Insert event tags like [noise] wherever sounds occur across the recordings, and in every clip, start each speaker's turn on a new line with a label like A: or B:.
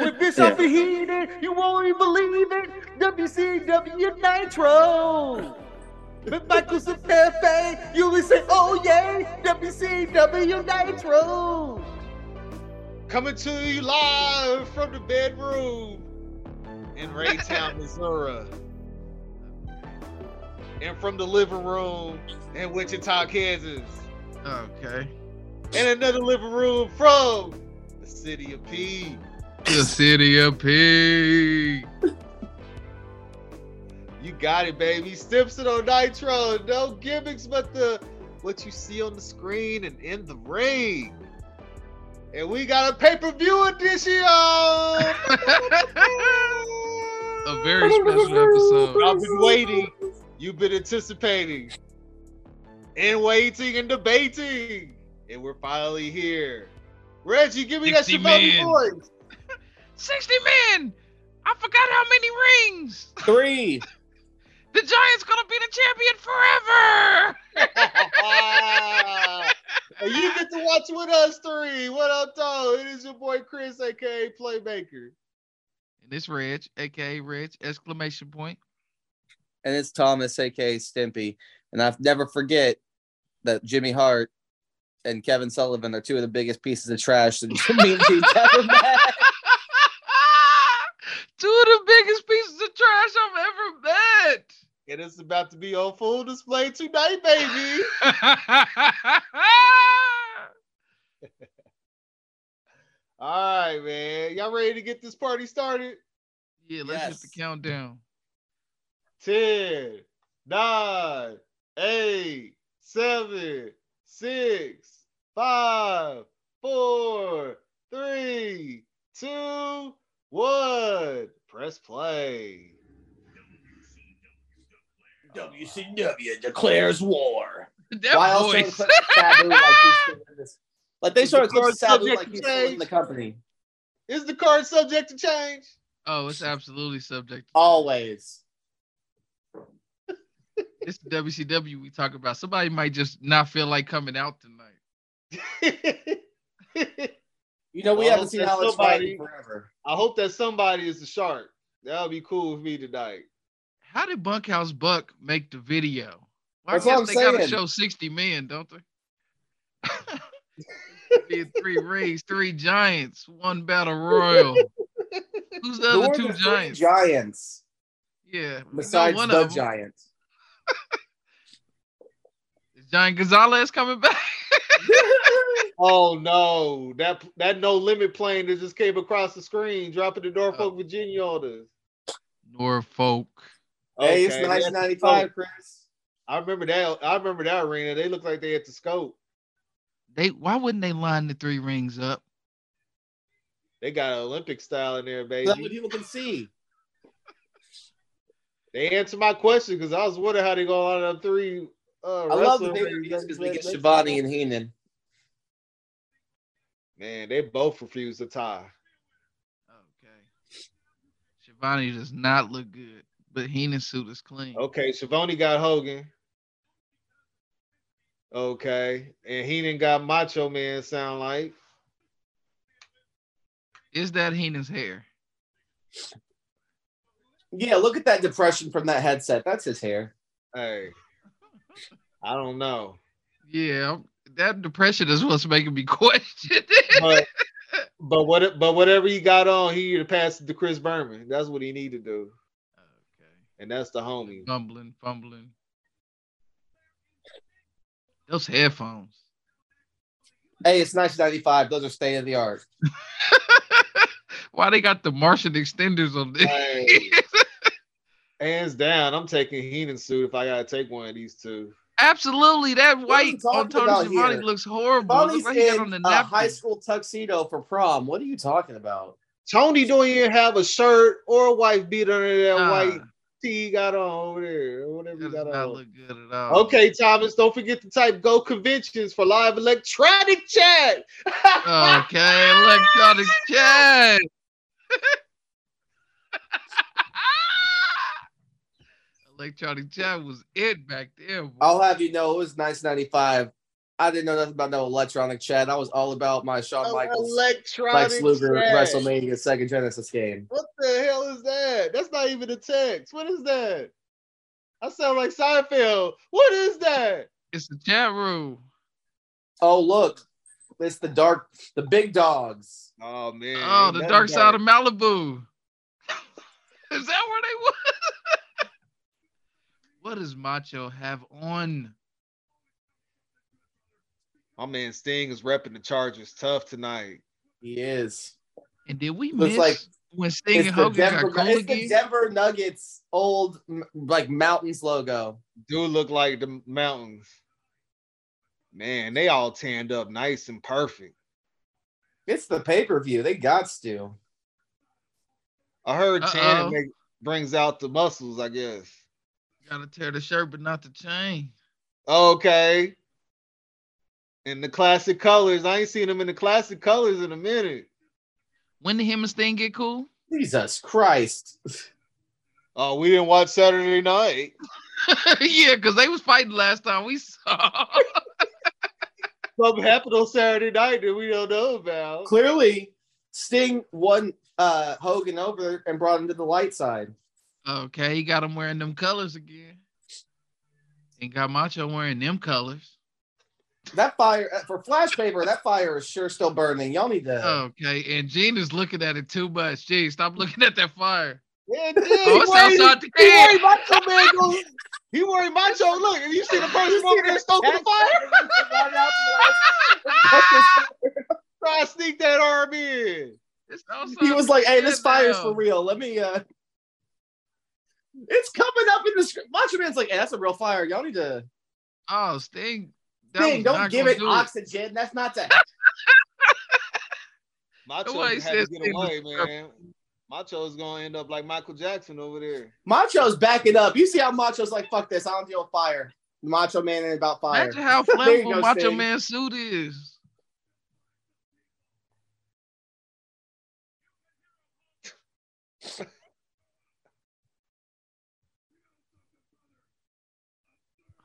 A: With this overheated, you won't even believe it. WCW Nitro. With Michael's a Pepe, you would say, oh yeah, WCW Nitro.
B: Coming to you live from the bedroom
A: [laughs]
B: in Raytown, Missouri. And from the living room in Wichita, Kansas.
C: Okay.
B: And another living room from the city of P.
C: The city of P.
B: You got it, baby. Stimson on Nitro. No gimmicks, but the what you see on the screen and in the ring. And we got a pay-per-view edition.
C: A very special episode.
B: I've been waiting. You've been anticipating and waiting and debating. And we're finally here. Reggie, give me that
D: 60
B: Shivani
D: men.
B: voice. [laughs]
D: 60 men! I forgot how many rings!
E: Three.
D: [laughs] The Giants gonna be the champion forever!
B: and you get to watch with us three. What up, though? It is your boy Chris, aka Playmaker.
D: And it's Reg, aka Reg, exclamation point.
E: And it's Thomas, aka Stimpy. And I'll never forget that Jimmy Hart and Kevin Sullivan are two of the biggest pieces of
B: [laughs]
E: trash that Jimmy and Pete ever met.
D: [laughs] Two of the biggest pieces of trash I've ever met.
B: And it's about to be on full display tonight,
D: [laughs] [sighs]
B: baby. All right, man. Y'all ready to get this party started?
D: yeah, let's get the
E: Yes.
D: countdown.
B: 10, 9, 8, 7, 6, 5, 4, 3, 2, 1. Press play.
F: WCW declares war.
D: That
E: Why else
D: voice.
E: don't
D: [laughs]
E: they put Sabu like he's still in this? Like they sort of
B: Because
E: put Sabu
B: subject
E: like he's still in
B: change.
E: the company.
B: Is the card subject to change? [laughs]
D: oh, it's absolutely subject.
E: Always.
D: It's the WCW we talk about. Somebody might just not feel like coming out tonight.
B: I
E: You know, we
B: Well,
E: haven't seen
B: there's
E: Alex
B: somebody-
E: fighting forever.
B: hope that somebody is the shark. That'll be cool with me tonight.
D: How did Bunkhouse Buck make the video? Well, I
E: That's what
D: guess
E: I'm
D: they gotta
E: saying.
D: show 60 men, don't they?
E: [laughs]
D: Be three rings, three giants, one battle royal. Who's the
E: Who
D: other
E: are
D: two
E: the three
D: giants?
E: Giants,
D: Yeah, we know
E: besides
D: one
E: the
D: of 'em.
E: Giants.
D: Is Giant Gonzalez coming back?
B: Oh no, that that no limit plane that just came across the screen, dropping the Norfolk,
E: Oh.
B: Virginia on us.
D: Norfolk.
E: Hey, it's
B: Okay, they had the
E: 1995,
B: scope.
E: Chris.
B: I remember that. I remember that arena. They looked like they had the scope.
D: They why wouldn't they line the three rings up?
B: They got Olympic style in there,
E: So that way
B: baby.
E: people can see.
B: They answered my question because I was wondering how they gonna line up three. Uh,
E: I love
B: wrestlers
E: that they
B: and
E: refuse because they
B: they-
E: get Shivani and Heenan.
B: Man, they both refused to tie.
D: Okay. Shivani does not look good, but Heenan's suit is
E: Oh,
D: clean.
B: Okay, Shavoni got Hogan. Okay, and Heenan got Macho Man. Sound like
D: Is that Heenan's hair?
E: Yeah, look at that depression from that headset. That's his hair.
B: hey, I don't know,
D: Yeah, I'm- that depression is what's making me [laughs] question.
B: but but what but whatever he got on, he need to pass it to Chris Berman. That's what he need to do,
D: okay.
B: and that's the
D: [laughs]
B: homie.
D: Fumbling, fumbling. Those headphones.
E: Hey, it's 1995. Those are state of the art.
D: Why they got the Martian extenders on this?
B: Hey, hands down, I'm taking Heenan's suit if I gotta take one of these two.
D: Absolutely, that
E: are we
D: white on
E: talking
D: Tony
E: about
D: Giovanni
E: here?
D: looks horrible. It
E: Bonnie's
D: looks like he got on the
E: in a high
D: napkin.
E: school tuxedo for prom. What are you talking about?
B: Tony don't even have a shirt or a wife beat under that
D: Nah,
B: white tee he got on over there, or whatever he
D: that
B: got
D: does
B: on.
D: not look good at all.
B: Okay, Thomas, don't forget to type Go Conventions for live electronic chat. [laughs]
D: Okay, electronic chat. electronic chat was it back there. boy.
E: I'll have you know it was 1995 I didn't know nothing about no electronic chat. I was all about my Shawn Michaels,
B: Electronic
E: Lex Luger,
B: trash.
E: WrestleMania Second Genesis game.
B: What the hell is that? That's not even a text. What is that? I sound like Seinfeld. What is that?
D: It's the chat room.
E: Oh look, it's the dark, the big dogs.
B: Oh man.
D: Oh, the dark side of Malibu. [laughs] is that where they was? [laughs] what does Macho have on?
B: My man Sting is repping the Chargers tough tonight.
E: He is.
D: And did we
E: Looks
D: miss
E: like
D: when Sting
E: It's
D: and
E: the,
D: Hogan
E: Denver,
D: got cool
E: it's the
D: again?
E: Denver Nuggets old m- like mountains logo.
B: Dude look like the mountains. Man, they all tanned up nice and perfect.
E: It's the pay per view. They got to.
B: I heard
D: Uh-oh.
B: tan make, brings out the muscles, I guess.
D: Gotta tear the shirt, but not the chain.
B: Okay. In the classic colors. I ain't seen them in the classic colors in a minute.
D: When did him and Sting get cool?
E: Jesus Christ!
B: Oh, we didn't watch Saturday night.
D: [laughs] yeah, because they was fighting last time we saw. [laughs]
B: Something happened on Saturday night that we don't know about.
E: Clearly, Sting won uh, Hogan over and brought him to the light side.
D: okay, he got him wearing them colors again. And got Macho wearing them colors.
E: That fire uh, for flash paper. That fire is sure still burning. Y'all need to.
D: Oh, Okay, and Gene is looking at it too much. Gee, stop looking at that fire.
E: [laughs]
B: Yeah, [laughs] dude, he
D: Oh, it's
B: worried-
D: outside the
B: he
D: can.
B: worried Macho Man. go- He worried Macho. Look, if you see the person over there stoking the fire, [laughs] try to sneak that arm in.
D: It's outside
E: he was
D: the
E: like, "Hey,
D: can
E: this fire's
D: now."
E: for real. Let me." uh It's coming up in the script. Macho Man's like, "Hey, that's a real fire. Y'all need to."
D: Oh, Sting. that
E: Sting,
D: was
E: don't
D: not
E: give
D: gonna
E: it
D: do
E: oxygen. That's not to.
B: Macho
D: Nobody
B: had to
D: says
B: get
D: he was
B: away, man. Macho is gonna end up like Michael Jackson over there.
E: Macho's backing up. You see how Macho's like, "Fuck this. I don't deal with fire." Macho Man ain't about fire.
D: Imagine how
E: [laughs] There you
D: flammable
E: go,
D: Macho
E: Sting.
D: Man suit is.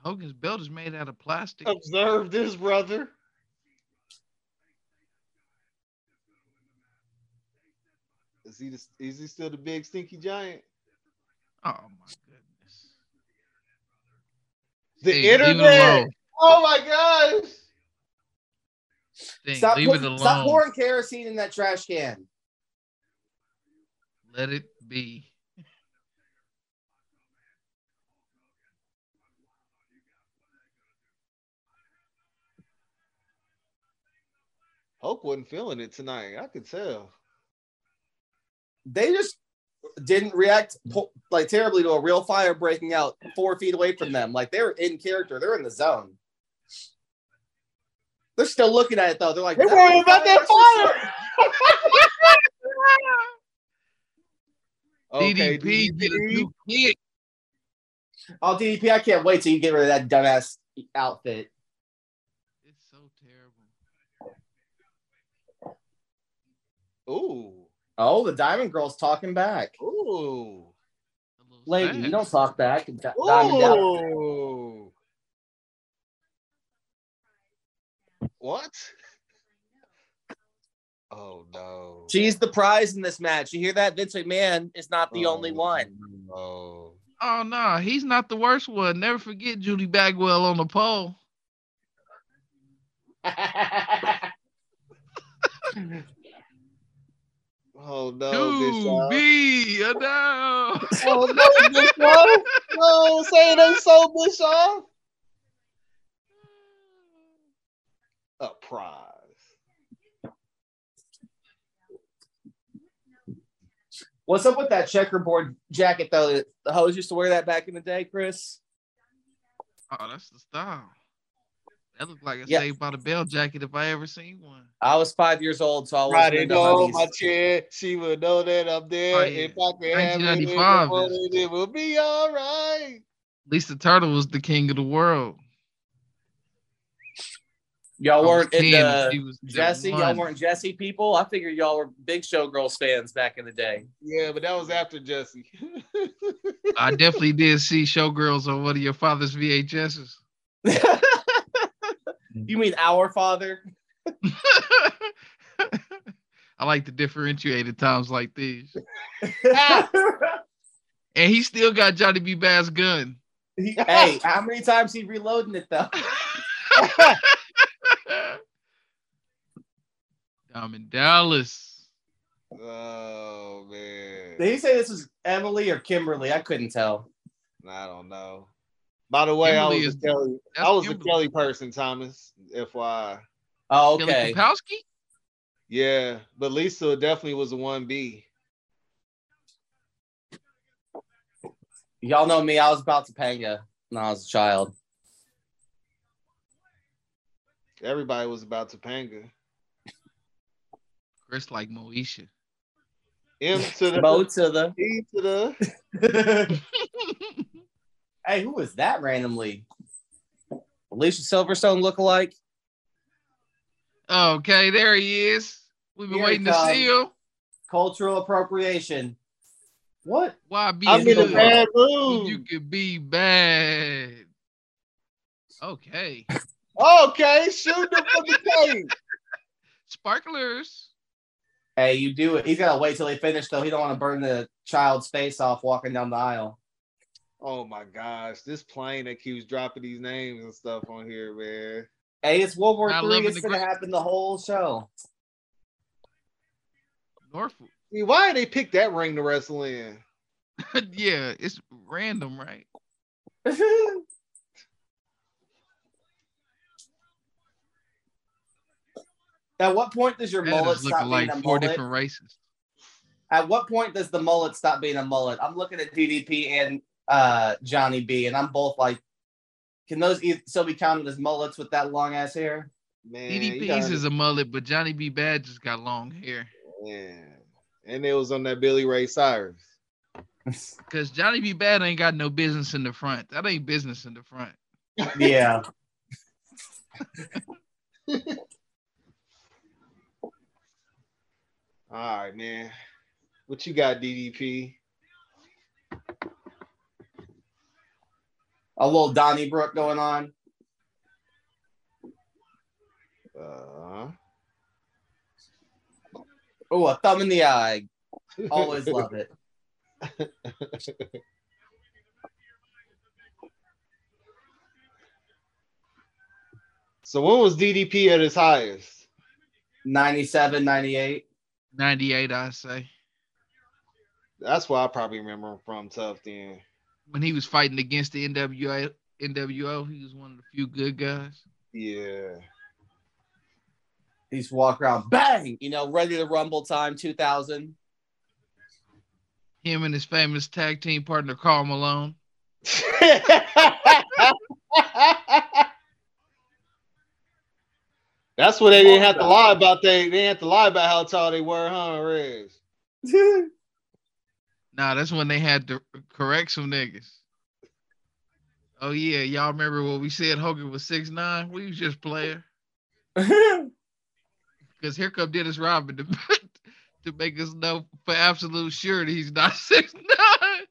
D: Hogan's belt is made out of plastic.
E: Oh.
B: Observe this, brother. Is he the, is he still the big stinky giant?
D: Oh my goodness.
B: The
D: Sting, leave it
B: internet.
D: alone.
B: Oh my gosh.
D: Sting,
E: Stop,
D: leave it
E: putting,
D: alone.
E: stop pouring kerosene in that trash can.
D: Let it be.
B: Hulk wasn't feeling it tonight. I could tell.
E: They just didn't react po- like terribly to a real fire breaking out four feet away from them. Like they're in character. They're in the zone. They're still looking at it though. They're like,
B: They
E: "Is that
B: worried
E: real
B: about that
E: That's just-
B: [laughs] Okay,
D: DDP, get a
B: DDP.
D: new kick.
E: Oh, DDP, I can't wait till you get rid of that dumbass outfit.
D: It's so terrible.
B: Ooh.
E: Oh, the Diamond Girl's talking back.
B: Ooh.
D: A little
E: Lady, you
D: sad.
E: don't talk back. Di- Diamond Dallas.
B: Ooh. What? Oh no.
E: She's the prize in this match. You hear that? Vince McMahon is not the
B: Oh,
E: only
B: [laughs]
E: one.
B: No.
D: Oh no, he's not the worst one. Never forget Judy Bagwell on the pole.
B: Oh no,
D: Two
B: Bischoff.
D: B
E: uh,
D: a down.
B: Oh no, Bischoff. No, say it ain't so, Bischoff. A prize.
E: What's up with that checkerboard jacket though? that The hoes used to wear that back in the day, Chris.
D: Oh, that's the style. That looked like a
E: Yeah.
D: Saved by the Bell jacket if I ever seen one.
E: I was five years old, so I wasn't
B: Friday
E: into
B: know
E: honeys.
B: my chair. She would know that I'm there.
D: Oh, yeah.
B: If I can have it, in the
D: 1995
B: morning, it will be all right.
D: Lisa Turtle was the king of the world.
E: Y'all
D: I was
E: weren't
D: 10 and
E: into
D: she was the
E: Jesse. Y'all
D: one.
E: weren't Jesse people. I figured y'all were Big Show Girls fans back in the day.
D: [laughs]
B: Yeah, but that was after Jesse.
D: I definitely did see Showgirls on one of your father's VHSs.
F: You mean our father?
D: [laughs] I like to differentiate at times like these. And he still got Johnny B. Bass gun.
B: [laughs]
E: hey, how many times he reloading it though?
D: [laughs] I'm in Dallas.
B: Oh man.
E: Did he say this was Emily or Kimberly? I couldn't tell.
B: I don't know. By the way,
D: Kimberly
B: I was
D: is-
B: a Kelly.
D: That's
B: I was
D: Kimberly.
B: a Kelly person, Thomas. FYI.
E: Oh,
D: Kelly
E: okay.
D: Kapowski?
B: Yeah, but Lisa definitely was a one B.
E: Y'all know me. I was about to panga when I was a child.
B: Everybody was about Topanga.
D: Chris like Moesha.
B: M to the
E: Bo to the.
B: E to
D: [laughs]
B: the.
E: [laughs] Hey, who was that randomly? Alicia Silverstone lookalike.
D: Okay, there he is. We've been
E: Here he
D: waiting to
E: comes.
D: see him.
E: Cultural appropriation. What?
D: Why be
B: I'm in
D: good
B: a bad
D: when you
B: mood.
D: could be bad? Okay.
B: Okay, shoot them for the cake.
D: Sparklers.
E: Hey, you do it. He's gotta wait till they finish though. He don't want to burn the child's face off walking down the aisle.
B: Oh my gosh, this plane that keeps dropping these names and stuff on here, man.
E: Hey, it's World War
D: Not
E: Three.
D: loving
E: It's
D: the
E: gonna
D: gra-
E: happen the whole show. [laughs]
D: Norfolk.
B: See, Why they pick that ring to wrestle in?
D: [laughs] yeah, it's random, right?
E: At what point does your
D: That
E: mullet
D: is
E: stop
D: looking
E: being
D: like
E: a
D: four
E: mullet?
D: different races.
E: At what point does the mullet stop being a mullet? I'm looking at DDP and uh, Johnny B, and I'm both like, can those e- still be counted as mullets with that long ass hair? [laughs]
B: Man, you
D: DDP's
B: gotta-
D: is a mullet, but Johnny B. Bad just got long hair.
B: man. And it was on that Billy Ray Cyrus.
D: Because Johnny B. Bad ain't got no business in the front. That ain't business in the front.
E: Yeah.
B: All right, man. What you got, DDP?
E: A little Donnybrook going on.
B: Uh,
E: Oh, a thumb in the eye.
B: [laughs]
E: Always love it.
B: so when was DDP at his highest?
E: 97, 98.
D: 98, I say.
B: That's why I probably remember him from Tough then.
D: When he was fighting against the NWA, NWO, he was one of the few good guys.
B: Yeah.
E: He's walk around, bang, you know, ready to rumble time 2000.
D: Him and his famous tag team partner, Carl Malone.
B: [laughs] That's where they didn't have to lie about they, they didn't have to lie about how tall they were, huh, Reg?
D: Nah, that's when they had to correct some niggas. Oh yeah, y'all remember what we said Hogan was six nine? We was just playing. Because here come Dennis Robin to, [laughs] to make us know for absolute sure that he's not [laughs] six nine.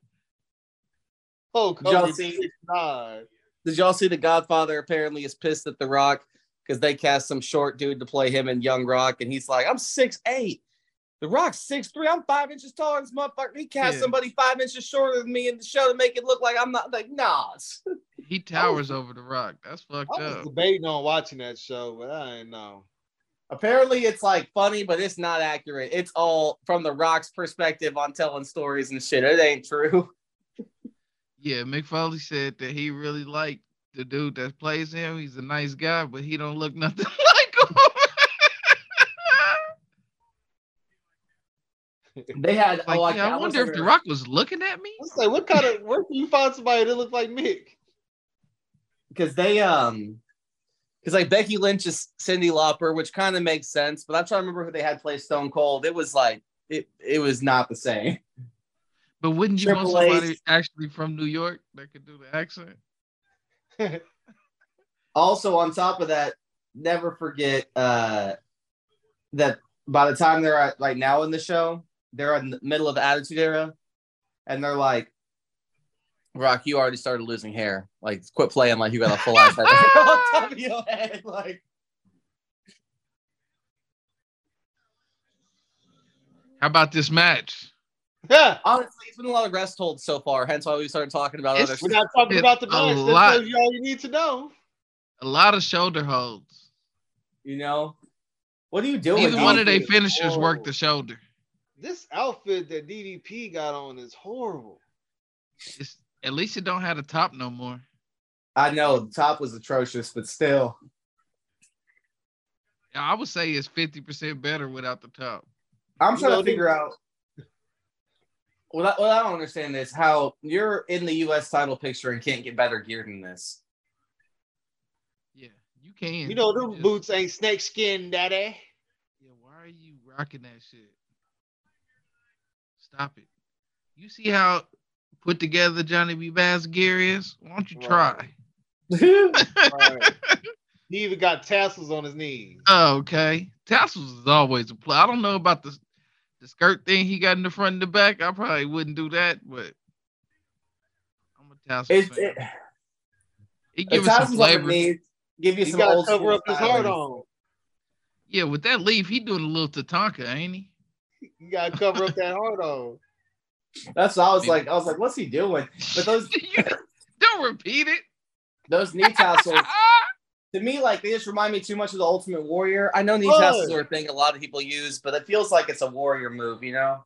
B: Hulk
E: Y'all
B: Hogan
E: see-
B: 6'9".
E: Did y'all see The Godfather apparently is pissed at The Rock because they cast some short dude to play him in Young Rock, and he's like, I'm 6'8. The Rock's 6'3. I'm five inches taller than this motherfucker. He cast
D: Yeah.
E: somebody five inches shorter than me in the show to make it look like I'm not like Nas.
D: He towers over the rock. That's fucked
B: I was
D: up.
B: debating on watching that show, but I ain't know.
E: [laughs] Apparently it's like funny, but it's not accurate. It's all from the Rock's perspective on telling stories and shit. It ain't true. [laughs]
D: Yeah, Mick Foley said that he really liked the dude that plays him. He's a nice guy, but he don't look [laughs] nothing like
B: [laughs] Oh,
D: him.
E: They had
D: like,
E: oh, I,
D: yeah, I, wonder if the rock was looking at me.
B: I was like, what kind of where can you find somebody that looks like Mick? [laughs]
E: because they um because like Becky Lynch is Cindy Lauper, which kind of makes sense, but I'm trying to remember who they had play Stone Cold. It was like it it was not the same.
D: But wouldn't you want
E: Triple H.
D: somebody actually from New York that could do the accent?
E: Also, on top of that, never forget uh that by the time they're at like now in the show, they're in the middle of the attitude era, and they're like, Rock, you already started losing hair. Like, quit playing like you got a full ass head of hair on top of your head. [laughs] Like,
D: How about this match?
B: Yeah.
E: honestly, it's been a lot of rest holds so far. Hence why we started talking about
D: It's-
E: other
B: We're not talking
D: It's
B: about the
D: a
B: match. That
D: lot.
B: tells you all you need to know.
D: A lot of shoulder holds.
E: You know, what are you doing?
D: Neither one of
E: dude?
D: their finishers worked
B: Oh.
D: the shoulder.
B: This outfit that DDP got on is horrible.
D: It's at least it don't have a top no more.
E: I know the top was atrocious, but still,
D: I would say it's fifty percent better without the top.
E: I'm
B: You
E: trying
B: know,
E: to figure out. What I, what I don't understand is how you're in the U.S. title picture and can't get better gear than [laughs] this.
D: Yeah, you can.
B: You know, them
D: just-
B: boots ain't snake skin, daddy.
D: Yeah, why are you rocking that shit? Stop it. You see how put together Johnny B. Bass gear is? Why don't you try?
B: [laughs] He even got tassels on his knees.
D: Oh, okay. Tassels is always a play. I don't know about the the skirt thing he got in the front and the back. I probably wouldn't do that, but I'm a tassel.
E: It's
D: fan.
E: it,
D: It,
E: it
D: gives it some
E: tassels on the
D: flavor.
E: knees, give you
B: He
E: some
B: got to
E: old
B: cover
E: school
B: up his heart
E: stylings.
B: on.
D: Yeah, with that leaf, he doing a little Tatanka, ain't he?
B: You got to cover up that heart
D: [laughs]
B: on.
E: That's what I was like. I was like, what's he doing? But those
D: [laughs] You- don't repeat it. Ah,
E: those knee tassels to me, like they just remind me too much of the Ultimate Warrior. I know knee
B: Oh.
E: tassels are a thing a lot of people use, but it feels like it's a warrior move, you know?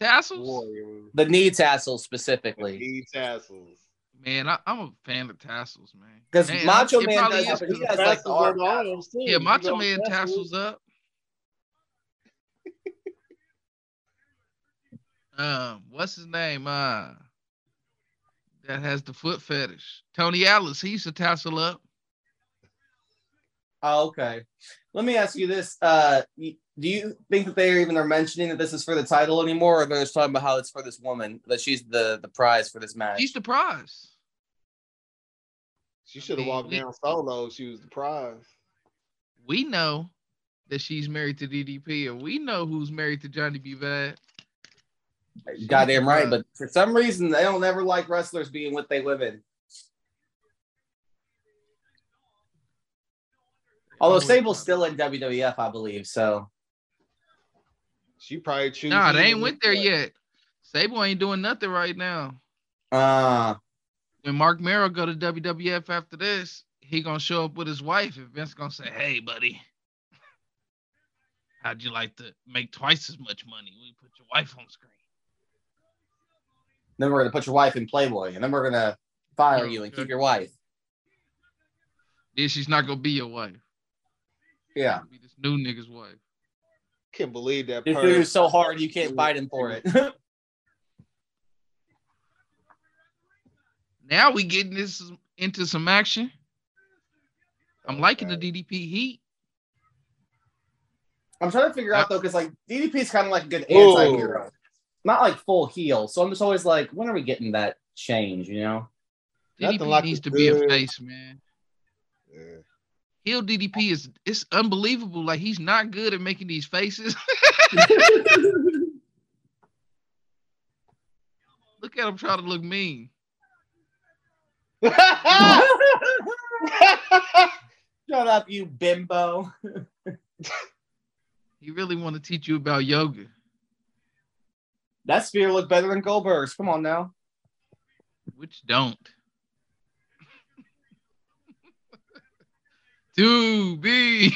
D: Tassels.
B: Warrior.
E: The knee tassels specifically.
B: Need tassels.
D: Man, I, I'm a fan of tassels, man.
E: Because
D: Man,
E: Macho
D: it
E: Man
D: probably
E: does
D: is
E: have a-
D: 'cause-
E: he has like the arm tassels.
D: yeah, Macho Man tassels up. [laughs] um, what's his name? Uh, that has the foot fetish. Tony Atlas. He used to tassel up.
E: Oh, okay. Let me ask you this. Uh y- do you think that they're even are mentioning that this is for the title anymore, or they're just talking about how it's for this woman, that she's the the prize for this match?
D: He's the prize.
B: She should have walked
D: Yeah.
B: down solo. She was the prize.
D: We know that she's married to DDP, and we know who's married to Johnny B. Bad.
E: Uh, Goddamn right, but for some reason they don't ever like wrestlers being with they women. Although Sable's still in WWF, I believe, so
B: She probably choose.
D: Nah, they
B: you.
D: ain't went there yet. Sable ain't doing nothing right now.
E: uh
D: when Mark Merrill go to WWF after this, he gonna show up with his wife, and Vince gonna say, "Hey, buddy, how'd you like to make twice as much money? We put your wife on screen."
E: Then we're gonna put your wife in Playboy, and then we're gonna fire you and keep your wife.
D: Then she's not gonna be your wife.
E: Yeah,
D: She'll be this new nigga's wife.
B: Can't believe that.
E: this
B: perv.
E: dude is so hard you can't fight him for it.
D: Now we getting this into some action. I'm liking the DDP heat.
E: I'm trying to figure out though, because like DDP is kind of like a good anti-hero, not like full heel. So I'm just always like, when are we getting that change? You
D: [laughs]
E: know? [laughs]
B: Nothing
D: DDP
B: like
D: needs
B: the
D: to be a
B: good-
D: face, man.
B: [laughs] Yeah. [laughs]
D: Heel DDP is it's unbelievable. Like he's not good at making these faces. [laughs] Look at him trying to look mean.
E: Shut up, you bimbo.
D: He really want to teach you about yoga.
E: That spear looked better than Goldberg's. Come on now.
D: [laughs] which don't. [laughs] to be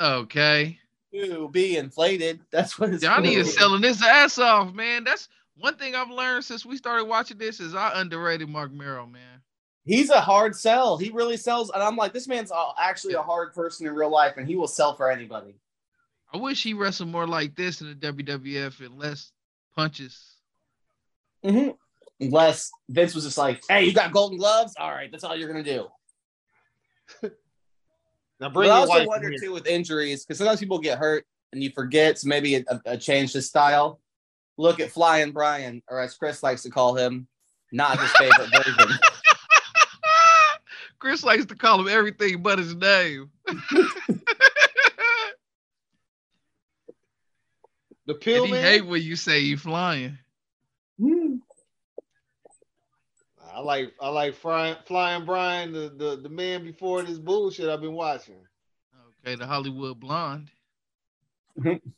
D: okay.
E: Ooh, be inflated. That's what it's
D: Johnny
E: called.
D: is selling his ass off, man. That's one thing I've learned since we started watching this is I underrated Mark Merrill, man.
E: He's a hard sell. He really sells, and I'm like, this man's a- actually a hard person in real life, and he will sell for anybody.
D: I wish he wrestled more like this in the WWF and less punches. [laughs]
E: Mm-hmm. Unless Vince was just like, "Hey, you got golden gloves? All right, that's all you're gonna do."
B: now
E: But
B: bring
E: I
B: your
E: also
B: wife
E: wonder
B: in here.
E: too with injuries because sometimes people get hurt and you forget. So maybe a, a change to style. Look at Flying Brian, or as Chris likes to call him, not his
B: [laughs]
E: favorite version.
D: Chris likes to call him everything but his [laughs] name.
B: The
D: And
B: pill
D: he
B: man.
D: hate when you say you flying.
B: I like I like flying flying Brian, the, the the man before this bullshit I've been watching.
D: Okay, the Hollywood blonde.
E: Mhm.
B: Mm-hmm.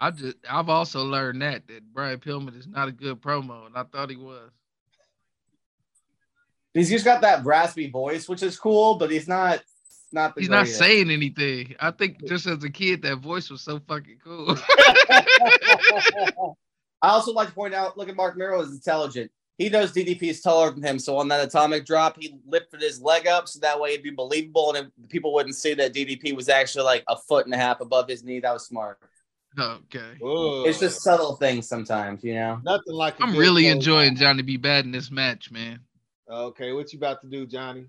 D: I just I've also learned that that Brian Pillman is not a good promo, and I thought he was.
B: Oh,
E: He's just got that raspy voice, which is cool, but he's not not the
D: He's not
E: greatest.
D: saying anything. I think just as a kid, that voice was so fucking cool. [laughs]
E: I also like to point out, look at Mark Merrill is intelligent. He knows DDP is taller than him, so on that atomic drop, he lifted his leg up so that way it'd be believable, and it- people wouldn't see that DDP was actually like a foot and a half above his knee. That was smart.
D: okay.
B: Whoa.
E: It's just subtle things sometimes, you know.
B: nothing like. a
D: I'm
B: good
D: really
B: close.
D: enjoying Johnny B. Bad in this match, man.
B: Okay, what you about to do, Johnny?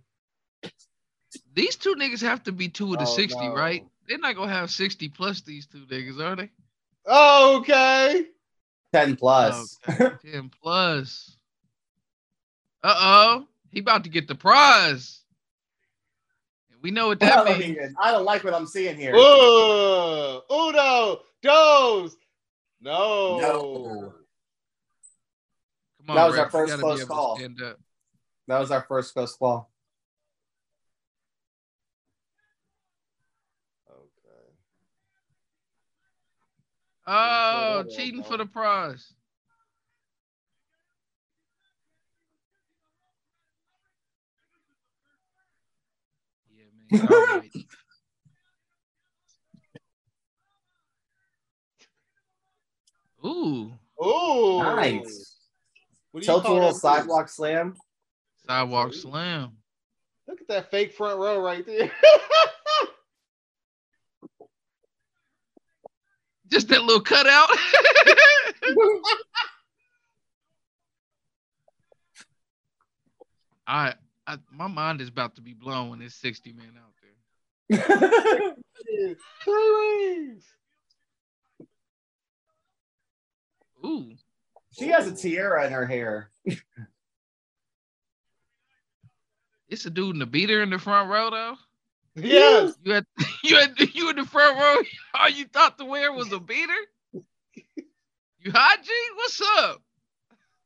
D: These two niggas have to be two of the
B: Oh,
D: 60,
B: no.
D: right? They're not gonna have 60 plus these two niggas, are they?
B: Okay.
E: Ten plus.
B: Oh,
D: Okay, 10 Oh, plus. Uh oh. He about to get the prize. And we know what
E: [laughs] I
D: that
E: don't
D: means.
E: even- I don't like what I'm seeing here.
B: Whoa. Uno, dos. No.
E: No.
D: Come on,
E: That was our
D: ref. You
E: first
D: gotta be
E: close
D: able to
E: call.
D: Stand up.
E: That was our first close call.
B: Okay.
D: Oh,
B: Yeah,
D: cheating
B: bro.
D: for the prize. Yeah, man. y'all
E: [laughs]
D: right. Ooh,
B: Ooh.
E: Nice.
B: What do you call
E: Tilt-a-roll
B: that move? [laughs]
E: sidewalk slam.
D: sidewalk slam.
B: Look at that fake front row right there. [laughs]
D: Just that little cutout. [laughs] I, I, my mind is about to be blown when there's 60 men out there.
B: Three rings.
D: Ooh,
E: she has a tiara in her [laughs] hair.
D: it's a dude in the beater in the front row though.
B: Yes.
D: You had [laughs] you had you in the front row. [laughs] All you thought to wear was a beater. You hot G? What's up?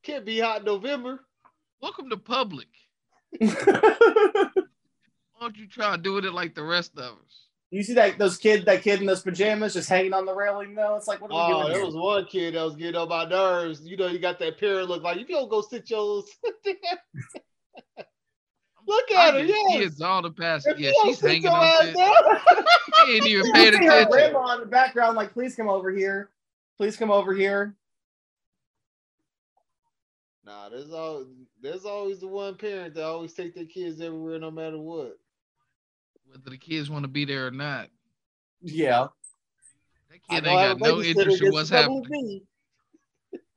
B: Can't be hot in November.
D: Welcome to public. Why don't you try doing it like the rest of us?
E: You see that those kid that kid in those pajamas just hanging on the railing though? It's like what are we
B: Oh,
E: doing?
B: there
E: here?
B: was one kid that was getting on my nerves. You know, you got that parent look like if you don't go sit your [laughs]
E: [laughs]
B: Look at her,
D: I just-
B: yes.
D: She is all the past.
B: if
D: Yeah,
B: you don't
D: she's
B: sit
D: hanging
B: your
D: on.
B: ass
D: shit. [laughs]
B: down.
D: She ain't
B: [laughs]
D: even
E: You
D: paying
E: see her
D: attention.
E: grandma in the background, like, please come over here. Please come over here.
B: Nah, there's all there's always the one parent that always take their kids everywhere no matter what.
D: Whether the kids want to be there or not,
E: Yeah.
D: that kid ain't
B: know I
D: got
B: have a
D: no
B: babysitter
D: interest in
B: gets
D: what's
B: in trouble
D: happening.
B: with me.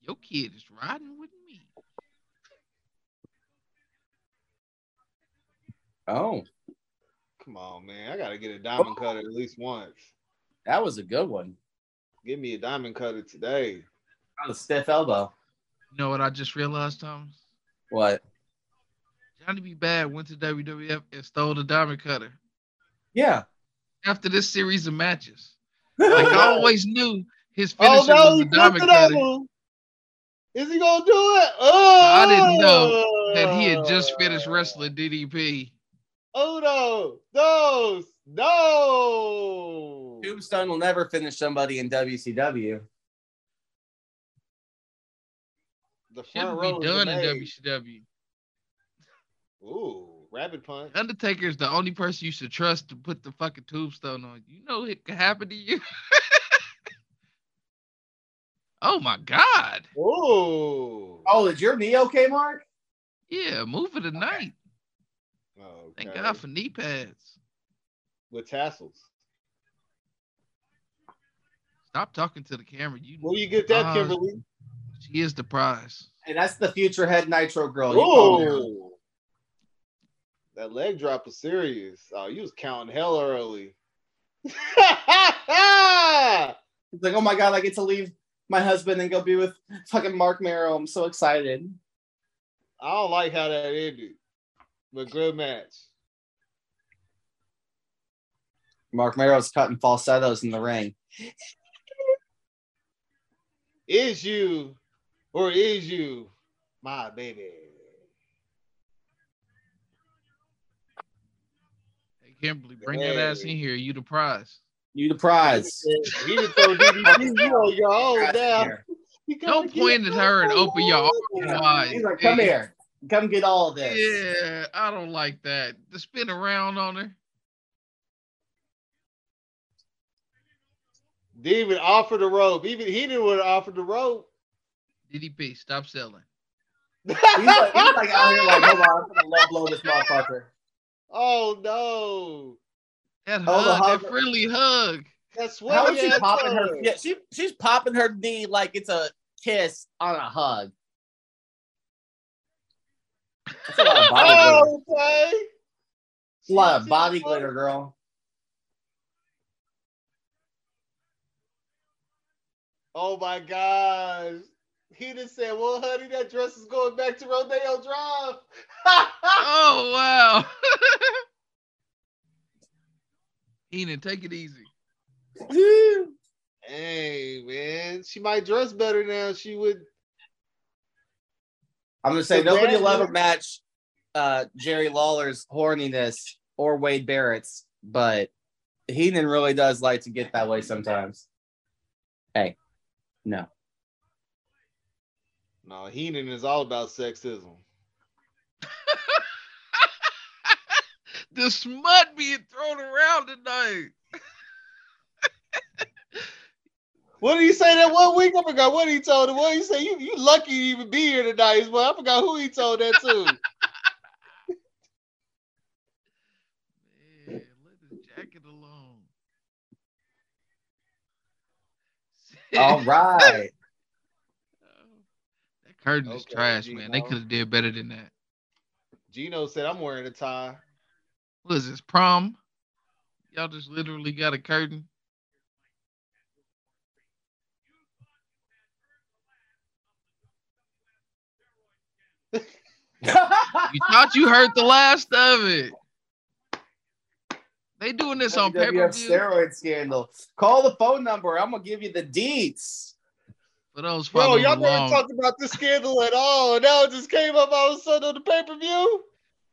D: Your kid is riding with me.
E: Oh,
B: Come on, man. I gotta get a diamond cutter at least once.
E: that was a good one.
B: Give me a diamond cutter today.
E: That was a stiff elbow.
D: You know what I just realized, Thomas?
E: What?
D: Johnny B. Bad went to WWF and stole the diamond cutter
E: Yeah.
D: after this series of matches. Like
E: [laughs]
D: I
B: [laughs]
D: always knew his
B: Oh no,
D: finisher was
B: he
D: a
B: flipped
D: diamond
B: it
D: cutter.
B: over. Is he gonna do it? Oh,
D: didn't know that he had just finished wrestling DDP.
B: Uno, dos, no.
E: Tombstone will never finish somebody in WCW.
B: The front
D: Shouldn't
B: row
D: be
B: is
D: done in
B: amazed.
D: WCW.
B: Ooh, rabbit punch.
D: Undertaker is the only person you should trust to put the fucking tombstone on. You know it could happen to you. [laughs] oh my god.
B: Ooh.
E: Oh, is your knee okay, Mark?
D: Yeah, move it tonight.
B: Okay.
D: Thank God for knee pads.
B: With tassels.
D: Stop talking to the camera. You
B: Will you get that,
D: Uh,
B: Kimberly?
D: she is the prize.
E: And that's the future head Nitro
D: oh,
E: girl. You called her.
B: Ooh. That leg drop was serious. Oh, you was counting hell early. [laughs]
E: It's like, oh my god, I get to leave my husband and go be with fucking Mark Merrill. I'm so excited.
B: I don't like how that ended, but good match.
E: Mark Mero's cutting falsettos in the ring.
B: Is you or is you my
E: [laughs]
B: baby?
D: Hey, Kimberly, bring that ass in here. You the prize.
E: You the prize.
B: He just throw DDP on your own
E: Prize
B: now.
E: here.
B: He gotta
D: Don't
B: get
D: point at her and
B: something
D: open your arms
B: on her.
D: wide.
E: He's like, come
D: Yeah.
E: here. Come get all of this.
D: Yeah, I don't like that. To spin around on her.
B: Didn't even offer the rope. Even he didn't want to offer the rope.
D: DDP, stop selling.
E: He's like, he's like out here like, hold on, I'm gonna low blow this motherfucker.
B: [laughs] oh no.
D: That
E: Hold on,
D: hug, that
E: hug.
D: friendly hug.
B: That's what
E: How is she popping her? Yeah, she she's popping her knee like it's a kiss on a hug. That's a lot of body
B: [laughs]
E: glitter.
B: Oh, okay.
E: That's a lot of body glitter, girl.
B: Oh my gosh. He just said, Well, honey, that dress is going back to Rodeo Drive.
D: Oh wow. [laughs] Enan, take it easy.
B: [laughs] hey, man. She might dress better now. She would.
E: I'm gonna say
B: So
E: nobody
B: Brad-
E: will ever match uh, Jerry Lawler's horniness or Wade Barrett's, but Heenan really does like to get that way sometimes. Hey, no,
B: No, Heenan is all about sexism.
D: The smut being thrown around tonight.
B: What did he say that one week? I forgot what he told him. What he say? You, you lucky to even be here tonight. Well, I forgot who he told that to.
D: Man, let his jacket alone. [laughs]
B: Oh.
E: all
D: [laughs]
E: right.
D: That curtain is
B: Okay,
D: trash,
B: Gino.
D: man. They could have did better than that.
B: [laughs] Gino said, I'm wearing a tie.
D: What is this prom? Y'all just literally got a curtain. You thought you heard the last of it. They doing this on pay per
E: WWF
D: view
E: steroid scandal. Call the phone number. I'm gonna give you the deets.
D: for those
B: Bro,
D: following
B: y'all never
D: along.
B: talked about this scandal at all. Now it just came up all of a sudden on the pay per view.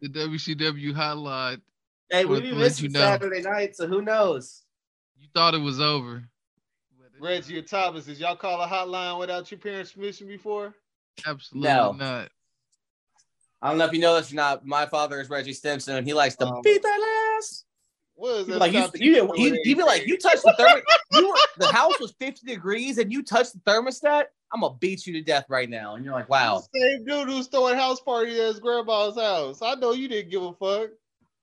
D: the WCW hotline.
E: Hey,
D: We'll-
E: we be
D: we'll let you
E: missing
D: know.
E: Saturday night, so who knows?
D: You thought it was over. But it's
B: Reggie
D: not.
B: and Thomas, did y'all call a hotline without your parents' permission before?
D: absolutely
E: No.
D: not.
E: I don't know if you know this or not. My father is Reggie Stimson, and he likes to
B: Um,
E: beat that ass.
B: What is
E: He'd be
B: that?
E: Like you,
B: South
E: you,
B: Dakota
E: you, you be
B: rain
E: like,
B: thing?
E: you touched the thermostat. you were, the house was 50 degrees, and you touched the thermostat. I'm gonna beat you to death right now. And you're like, wow.
B: Same dude who's throwing house parties at his grandma's house. I know you didn't give a fuck.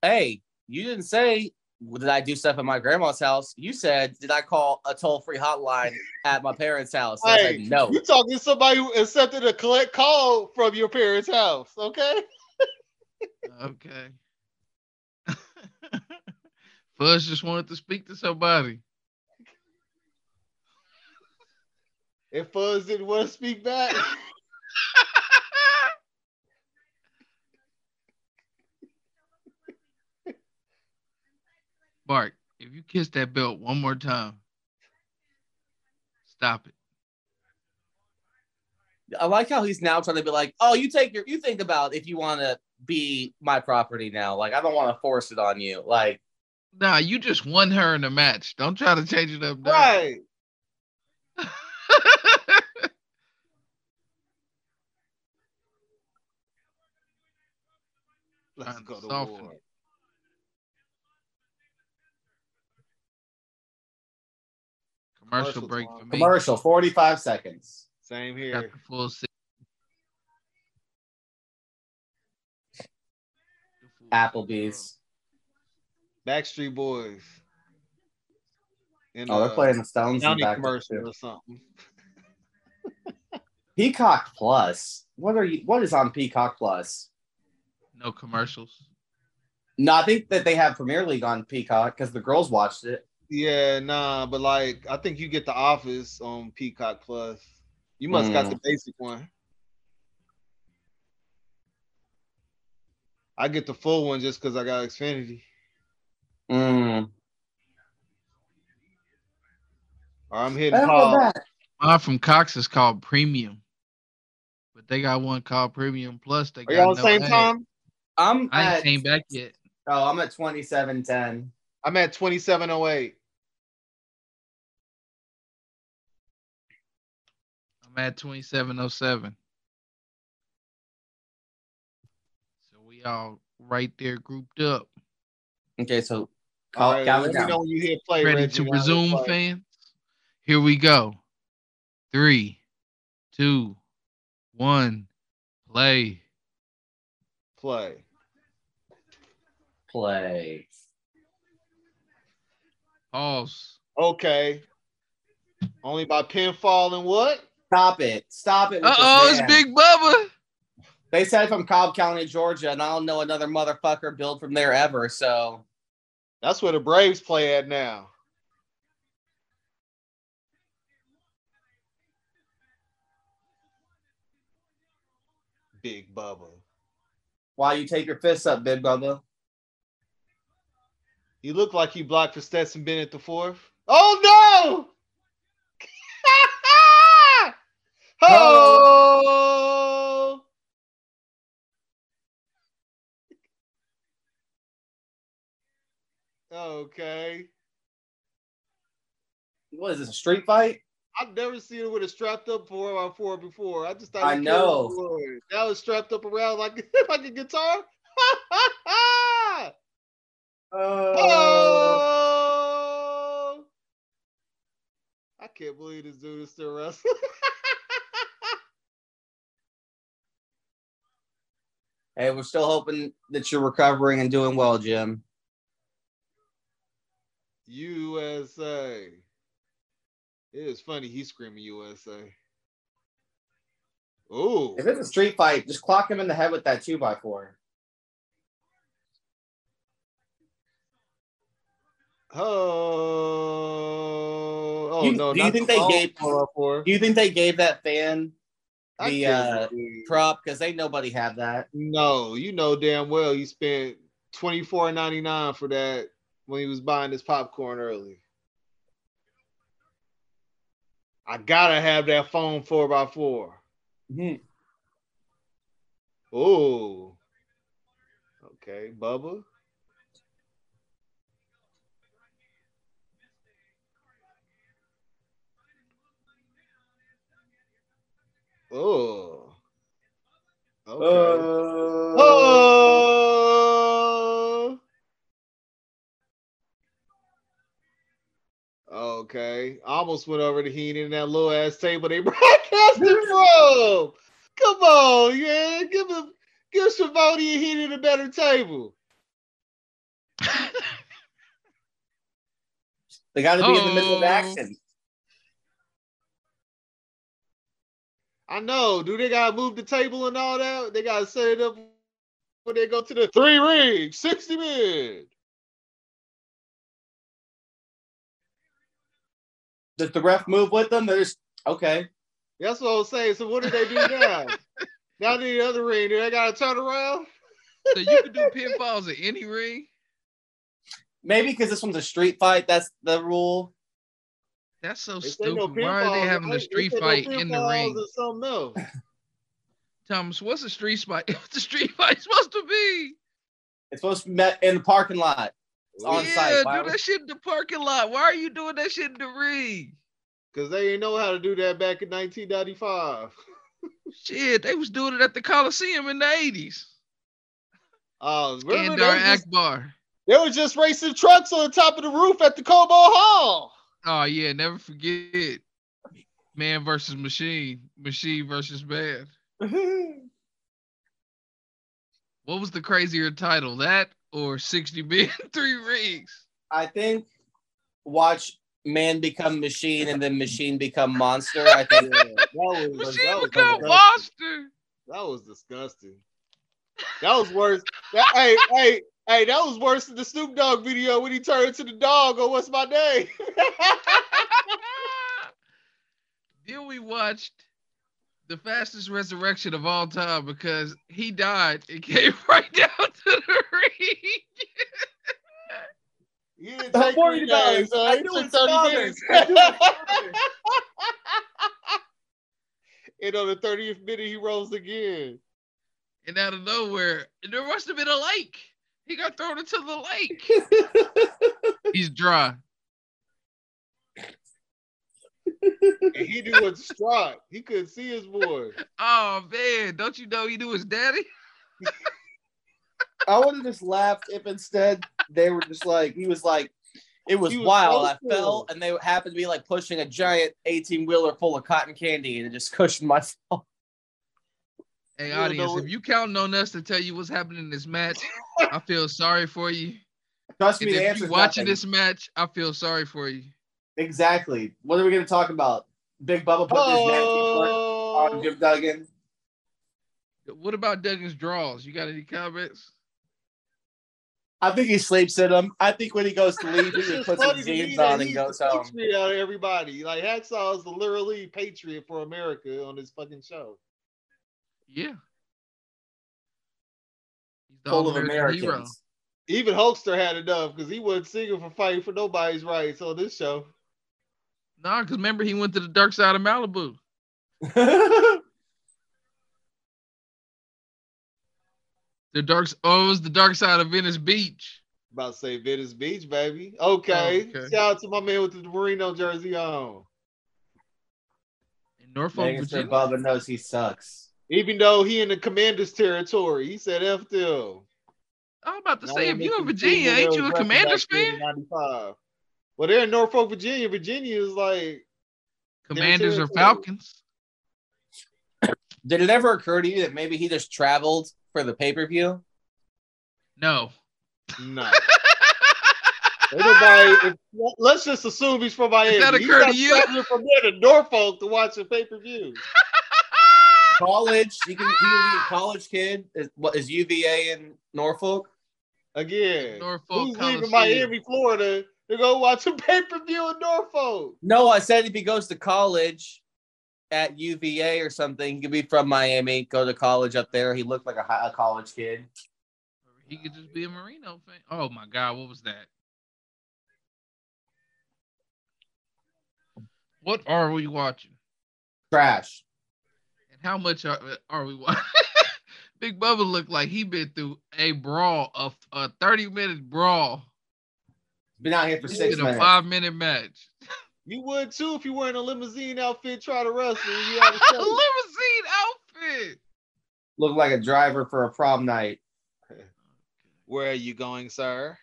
E: Hey, you didn't say "Well, did I do stuff at my grandma's house. You said, did I call a toll free hotline at my parents' house? I was
B: Hey,
E: like, no.
B: You talking to somebody who accepted a collect call from your parents' house, okay?
D: Okay. [laughs] Fuzz just wanted to speak to somebody.
B: If Fuzz didn't want to speak back,
D: [laughs] Mark, if you kiss that belt one more time, stop it.
E: I like how he's now trying to be like, oh, you take your, you think about if you want to be my property now. Like, I don't want to force it on you. Like,
D: Nah, you just won her in the match. Don't try to change it up. now.
B: right? Let's
D: Trying to
B: go to
D: soften
B: war.
D: it. [laughs] Commercial
B: Commercial
D: break
B: time.
D: for me.
E: commercial, 45 seconds.
B: Same
D: Got
B: here.
D: the full six. The full six.
E: Applebee's.
B: Backstreet Boys. And,
E: Oh, they're
B: uh,
E: playing the Stones in the
B: County
E: back.
B: commercial or something.
E: Peacock Plus. What are you? What is on Peacock Plus?
D: No commercials.
E: No, I think that they have Premier League on Peacock because the girls watched it.
B: Yeah, nah, but like I think you get the office on Peacock Plus. You must got
E: Mm.
B: the basic one. I get the full one just because I got Xfinity.
E: Mm.
B: Or I'm hitting
D: Oh.
B: pause.
E: That.
D: Mine from Cox is called Premium, but they got one called Premium Plus. They
B: Are
D: got
B: y'all on the
D: no
B: same
D: ad.
B: time?
E: I'm
D: I
E: at,
D: ain't came back yet.
E: oh, I'm at 2710.
B: I'm at 2708.
D: I'm at twenty seven oh seven. So we all right there grouped up,
E: Okay, so
B: All
E: call
B: right,
E: Calvin
B: let me
E: down.
B: know when you hit play.
D: ready
B: Reggie,
D: to
B: now.
D: resume,
B: Play.
D: fans. Here we go. Three, two, one, play.
B: Play.
E: play.
D: Pause.
B: Okay. Only by pinfall and what?
E: Stop it. Stop it. with
D: Uh
E: this
D: oh, it's
E: man.
B: [laughs]
D: Big Bubba.
E: They said from Cobb County, Georgia, and I don't know another motherfucker built from there ever. So
B: That's where the Braves play at now. Big Bubba.
E: while you take your fists up, Big Bubba,
B: He looked like he blocked for Stetson Bennett the fourth. [laughs] Oh no! oh! Okay.
E: what is this, a street fight?
B: I've never seen it with a strapped up four by four before. I just thought
E: I
B: it
E: know.
B: was wood. That was strapped up around like [laughs] like a guitar.
D: Uh,
E: Oh.
B: oh! I can't believe this dude is still wrestling. [laughs]
E: Hey, we're still hoping that you're recovering and doing well, Jim.
B: USA. It is funny he's screaming USA. Oh,
E: If it's a street fight, just clock him in the head with that two by four.
B: oh, oh
E: You-
B: no!
E: do you
B: not
E: think
B: the
E: they
B: phone
E: gave-
B: four by four.
E: Do you think they gave that fan
B: I
E: the,
B: can't
E: uh,
B: believe-
E: prop? Because they nobody had that.
B: No, you know damn well you spent twenty four ninety nine for that when he was buying his popcorn early. I gotta have that phone four by four.
D: Mm-hmm.
B: Oh, okay, Bubba. Oh, okay.
E: Uh,
D: Uh,
E: Oh.
B: Oh. Okay. I almost went over to Heenan and that little ass table they [laughs] broadcasted from. Come on, yeah. Give him give Shivani and Heenan a better table.
E: They got to be in the middle of
D: Oh.
E: action.
B: I know. Do they gotta move the table and all that? They gotta set it up when they go to the three ring, 60 men.
E: Does the ref move with them? They're just okay.
B: That's what I was saying. So what do they do now? now they need the other ring. Do they gotta turn around?
D: So you can do pinfalls in any ring.
E: Maybe because this one's a street fight. That's the rule.
D: That's so
B: This ain't
D: stupid.
B: no
D: Why are they
B: pinfalls,
D: having
B: right?
D: a
B: This
D: street
B: ain't no
D: fight in the
B: pinfalls
D: ring?
B: or something else.
D: Thomas, what's a street fight? [laughs] What's a street fight supposed to be?
E: It's supposed to be met in the parking lot. It's on
D: yeah,
E: site. Why
D: do
E: would-
D: that shit in the parking lot. Why are you doing that shit in the ring?
B: Cause they didn't know how to do that back in 1995.
D: Shit, they was doing it at the Coliseum in the eighties.
B: [laughs] Uh, remember, they,
D: Skandar
B: were just,
D: Akbar.
B: they were just racing trucks on the top of the roof at the Cobo Hall.
D: [laughs] Oh yeah, never forget. Man versus machine, machine versus man.
E: [laughs]
D: What was the crazier title, that or sixty men [laughs] three rings?
E: I think watch man become machine and then machine become monster. I think
B: that, was, that,
D: Machine
B: was
D: become
B: disgusting.
D: monster.
B: that was disgusting. That was worse. That, hey, hey, hey, that was worse than the Snoop Dogg video when he turned to the dog on What's My Name. [laughs]
D: [laughs] then we watched the fastest resurrection of all time because he died and [laughs] came right down to the ring.
B: You didn't
E: I'm
B: take
E: worried
B: three
E: about [laughs]
B: days,
E: it.
B: huh?
E: I
B: It
E: knew
B: took
E: it's father.
B: 30 minutes.
E: [laughs] I knew
B: and
E: it's
B: on the 30th minute, he rolls again.
D: And out of nowhere, there must have been a lake. He got thrown into the lake. He's dry.
B: And he knew was distraught. He couldn't see his boy.
D: Oh man, don't you know you knew his daddy?
E: I would have just laughed if instead they were just like he was like it was,
B: He was
E: wild. I
B: so
E: fell
B: cool.
E: and they happened to be like pushing a giant 18 wheeler full of cotton candy and it just cushioned my fall.
D: Hey,
B: You don't
D: audience,
B: know
D: if you counting on us to tell you what's happening in this match, I feel sorry for you.
E: Trust
D: And
E: me, the
D: if
E: answer
D: you're
E: is
D: watching
E: watching
D: this match, I feel sorry for you.
E: Exactly. What are we gonna talk about? Big Bubba put his napkin on
B: Oh,
E: Jim Duggan.
D: What about Duggan's draws? You got any comments?
E: I think he sleeps in them. I think when he goes to leave, he
B: it's
E: just
B: just
E: puts his
B: funny to me
E: jeans
B: that
E: on and
B: he's
E: goes
B: the
E: home.
B: patriot out of everybody. Like Hacksaw is the literally patriot for America on this fucking show.
D: Yeah. He's the
E: Full of
D: All-American hero.
E: Americans.
B: Even Hulkster had enough because he wasn't singing for fighting for nobody's rights on this show.
D: Nah, because remember he went to the dark side of Malibu. The dark oh, it was the dark side of Venice Beach.
B: About to say Venice Beach, baby. Okay.
D: Oh, Okay.
B: Shout out to my man with the Marino jersey on.
D: In Norfolk,
E: Vegas said
D: Virginia.
E: Bubba knows he sucks.
B: Even though he in the commander's territory, he said F them.
D: I'm about to
B: No
D: say
B: one
D: if you in
B: mentioned
D: Virginia,
B: Cleveland
D: ain't
B: Browns
D: you a
B: record
D: Commanders
B: back in
D: fan?
B: 95. Well, they're in Norfolk, Virginia. Virginia is like, were
D: Commanders or
B: territory.
D: Falcons?
E: Did it ever occur to you that maybe he just traveled for the pay per view?
D: No. [laughs]
B: no. Ain't nobody, if, let's just assume he's from Miami.
D: that
B: He's
D: occur to
B: not
D: you?
B: traveling from there to Norfolk to watch a pay per view.
E: College, you can, you can be a college kid. Is, what is UVA in Norfolk?
B: Again,
D: Norfolk
B: who's leaving
D: Coliseum.
B: Miami, Florida to go watch a pay per view in Norfolk?
E: No, I said if he goes to college at UVA or something, he could be from Miami, go to college up there. He looked like a, high, a college kid.
D: He could just be a Marino fan. Oh my God, what was that? What are we watching?
E: Trash.
D: And how much are, are we watching? [laughs] Big Bubba looked like he been through a brawl, a, a 30 minute brawl.
E: Been out here for
D: It's
E: six
D: been a
E: minutes.
D: five minute match.
B: You would too if you were in a limousine outfit trying to wrestle. You
D: a [laughs]
B: out of shape.
D: limousine outfit.
E: Looked like a driver for a prom night.
B: Where are you going, sir?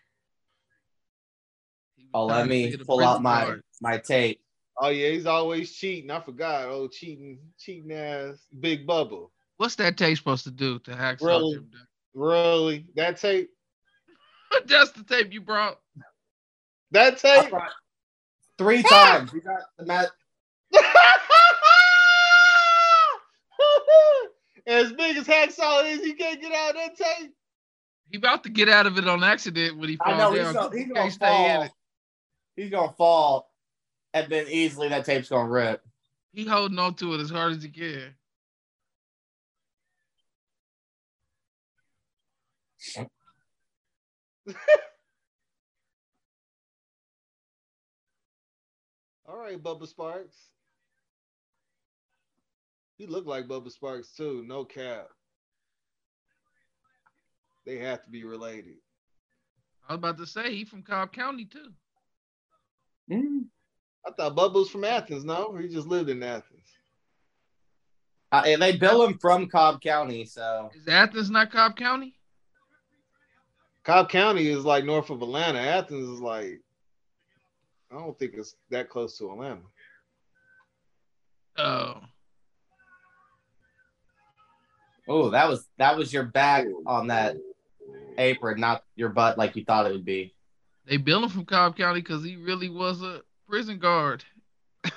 D: He was
E: Oh, let
D: trying to
E: me
D: get a
E: pull out
D: prison
E: my
D: card.
E: my tape.
B: Oh yeah, he's always cheating. I forgot. Oh, cheating, cheating ass, big bubble.
D: What's that tape supposed to do to hack?
B: Really?
D: [laughs]
B: Really? That tape?
D: That's the tape you brought.
B: That
E: I [laughs]
B: tape?
E: brought- Three times. You got the mat.
B: as big as Hacksaw is, he can't get out of that tape.
D: He about to get out of it on accident when he
E: I
D: falls
E: know he's
D: down.
E: gonna, he's
D: He
E: gonna
D: can't stay in
E: fall.
D: it.
E: He's gonna fall, and then easily that tape's gonna rip.
D: He holding on to it as hard as he can.
B: All right, Bubba Sparks. He looked like Bubba Sparks too, no cap. They have to be related.
D: I was about to say he from Cobb County too.
E: Mm.
B: I thought Bubba was from Athens, no? He just lived in Athens.
E: Uh, and they bill him from Cobb County, so
D: Is Athens not Cobb County?
B: Cobb County is like north of Atlanta. Athens is like, I don't think it's that close to Atlanta.
D: Oh,
E: oh, that was that was your back on that apron, not your butt like you thought it would be.
D: they billed him from Cobb County because he really was a prison guard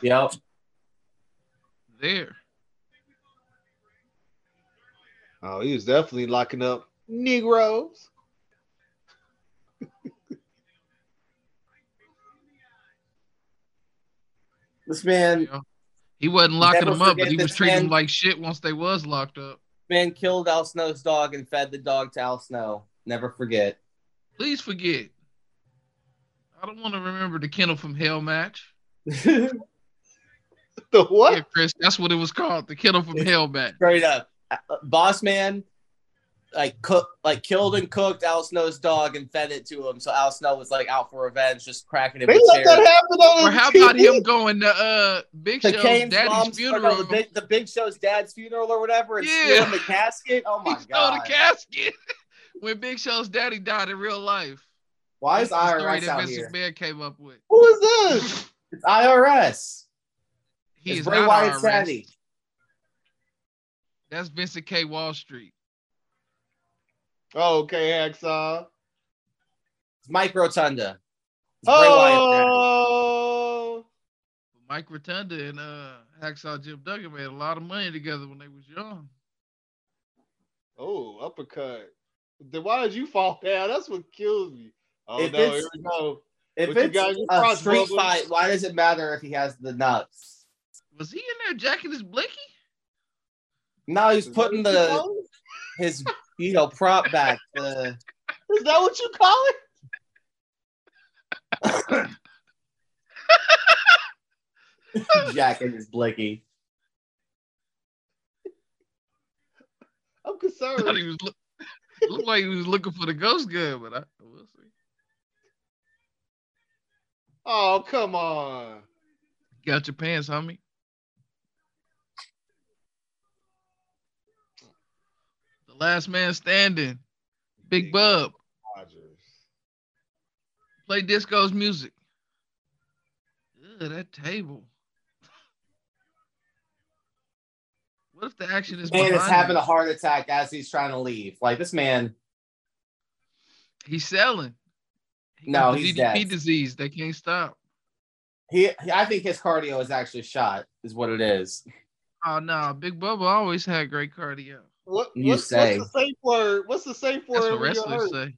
E: Yep.
D: there.
B: Oh, he was definitely locking up Negroes. [laughs]
E: This man
D: you know? He wasn't locking
E: Never
D: them up, but
E: forget
D: he was
E: this
D: treating
E: man-
D: them like shit once they was locked up.
E: man killed Al Snow's dog and fed the dog to Al Snow. Never forget. [laughs]
D: Please forget. I don't want to remember the Kennel from Hell match.
B: The what?
D: Yeah, Chris, that's what it was called. The Kettle from Hell match.
E: Straight up, Uh, Boss Man, like cook, like killed and cooked Al Snow's dog and fed it to him. So Al Snow was like out for revenge, just cracking him
B: They
E: with
B: let
E: chairs.
B: that happen on
D: Or how
B: TV.
D: about
E: [laughs]
D: him going to uh Big
E: The
D: Show's
E: Kane's
D: daddy's
E: mom's or no,
D: funeral?
E: the,
D: [laughs]
E: big, the Big Show's dad's funeral or whatever, and
D: Yeah.
E: stealing the casket. Oh
D: [laughs] he
E: my
D: stole
E: god!
D: the casket [laughs] when Big Show's daddy died in real life.
E: Why is
D: That's the story
E: IRS
D: that
E: out
D: Vince
E: here?
D: McMahon came up with.
B: Who is this?
E: It's IRS.
D: He
E: it's
D: is
E: Bray
D: not
E: Wyatt
D: IRS.
E: Savvy.
D: That's Vincent K. Wall Street.
B: Oh, okay, Hacksaw.
E: It's Mike Rotunda. It's Bray Wyatt Savvy.
B: Oh,
D: Mike Rotunda and uh Hacksaw Jim Duggan made a lot of money together when they was young.
B: oh, uppercut. Then why did you fall [laughs] down? That's what kills me. Oh
E: If
B: no,
E: it's-
B: here we go.
E: If
B: But you guys,
E: it's
B: you
E: a
B: cross
E: street
B: brothers.
E: fight, why does it matter if he has the nuts?
D: Was he in there jacking his blinky?
E: No,
B: Is
E: he's
B: that
E: putting
B: what you
E: the
B: call it?
E: his you know prop back. The
B: Is that what you call it?
E: Jack and his blicky.
B: I'm
D: I thought he
B: concerned.
D: was look, [laughs] looked like he was looking for the ghost gun, but I we'll see.
B: Oh, come on.
D: Got your pants, homie. The last man standing. Big Bub.
B: Rodgers.
D: Play disco's music. Ugh, that table. [laughs] What if the action is
E: Man is
D: behind
E: having
D: you?
E: a heart attack as he's trying to leave. Like this man,
D: He's selling. He
E: No,
D: got the
E: he's
D: DDP
E: dead.
D: disease. They can't stop.
E: he I think his cardio is actually shot, is what it is.
D: Oh no, Big Bubba always had great cardio.
B: What,
E: You
B: what's,
E: say.
B: what's the safe word? What's the safe
D: That's
B: word
D: what
B: when you're
D: wrestlers
B: hurt?
D: say.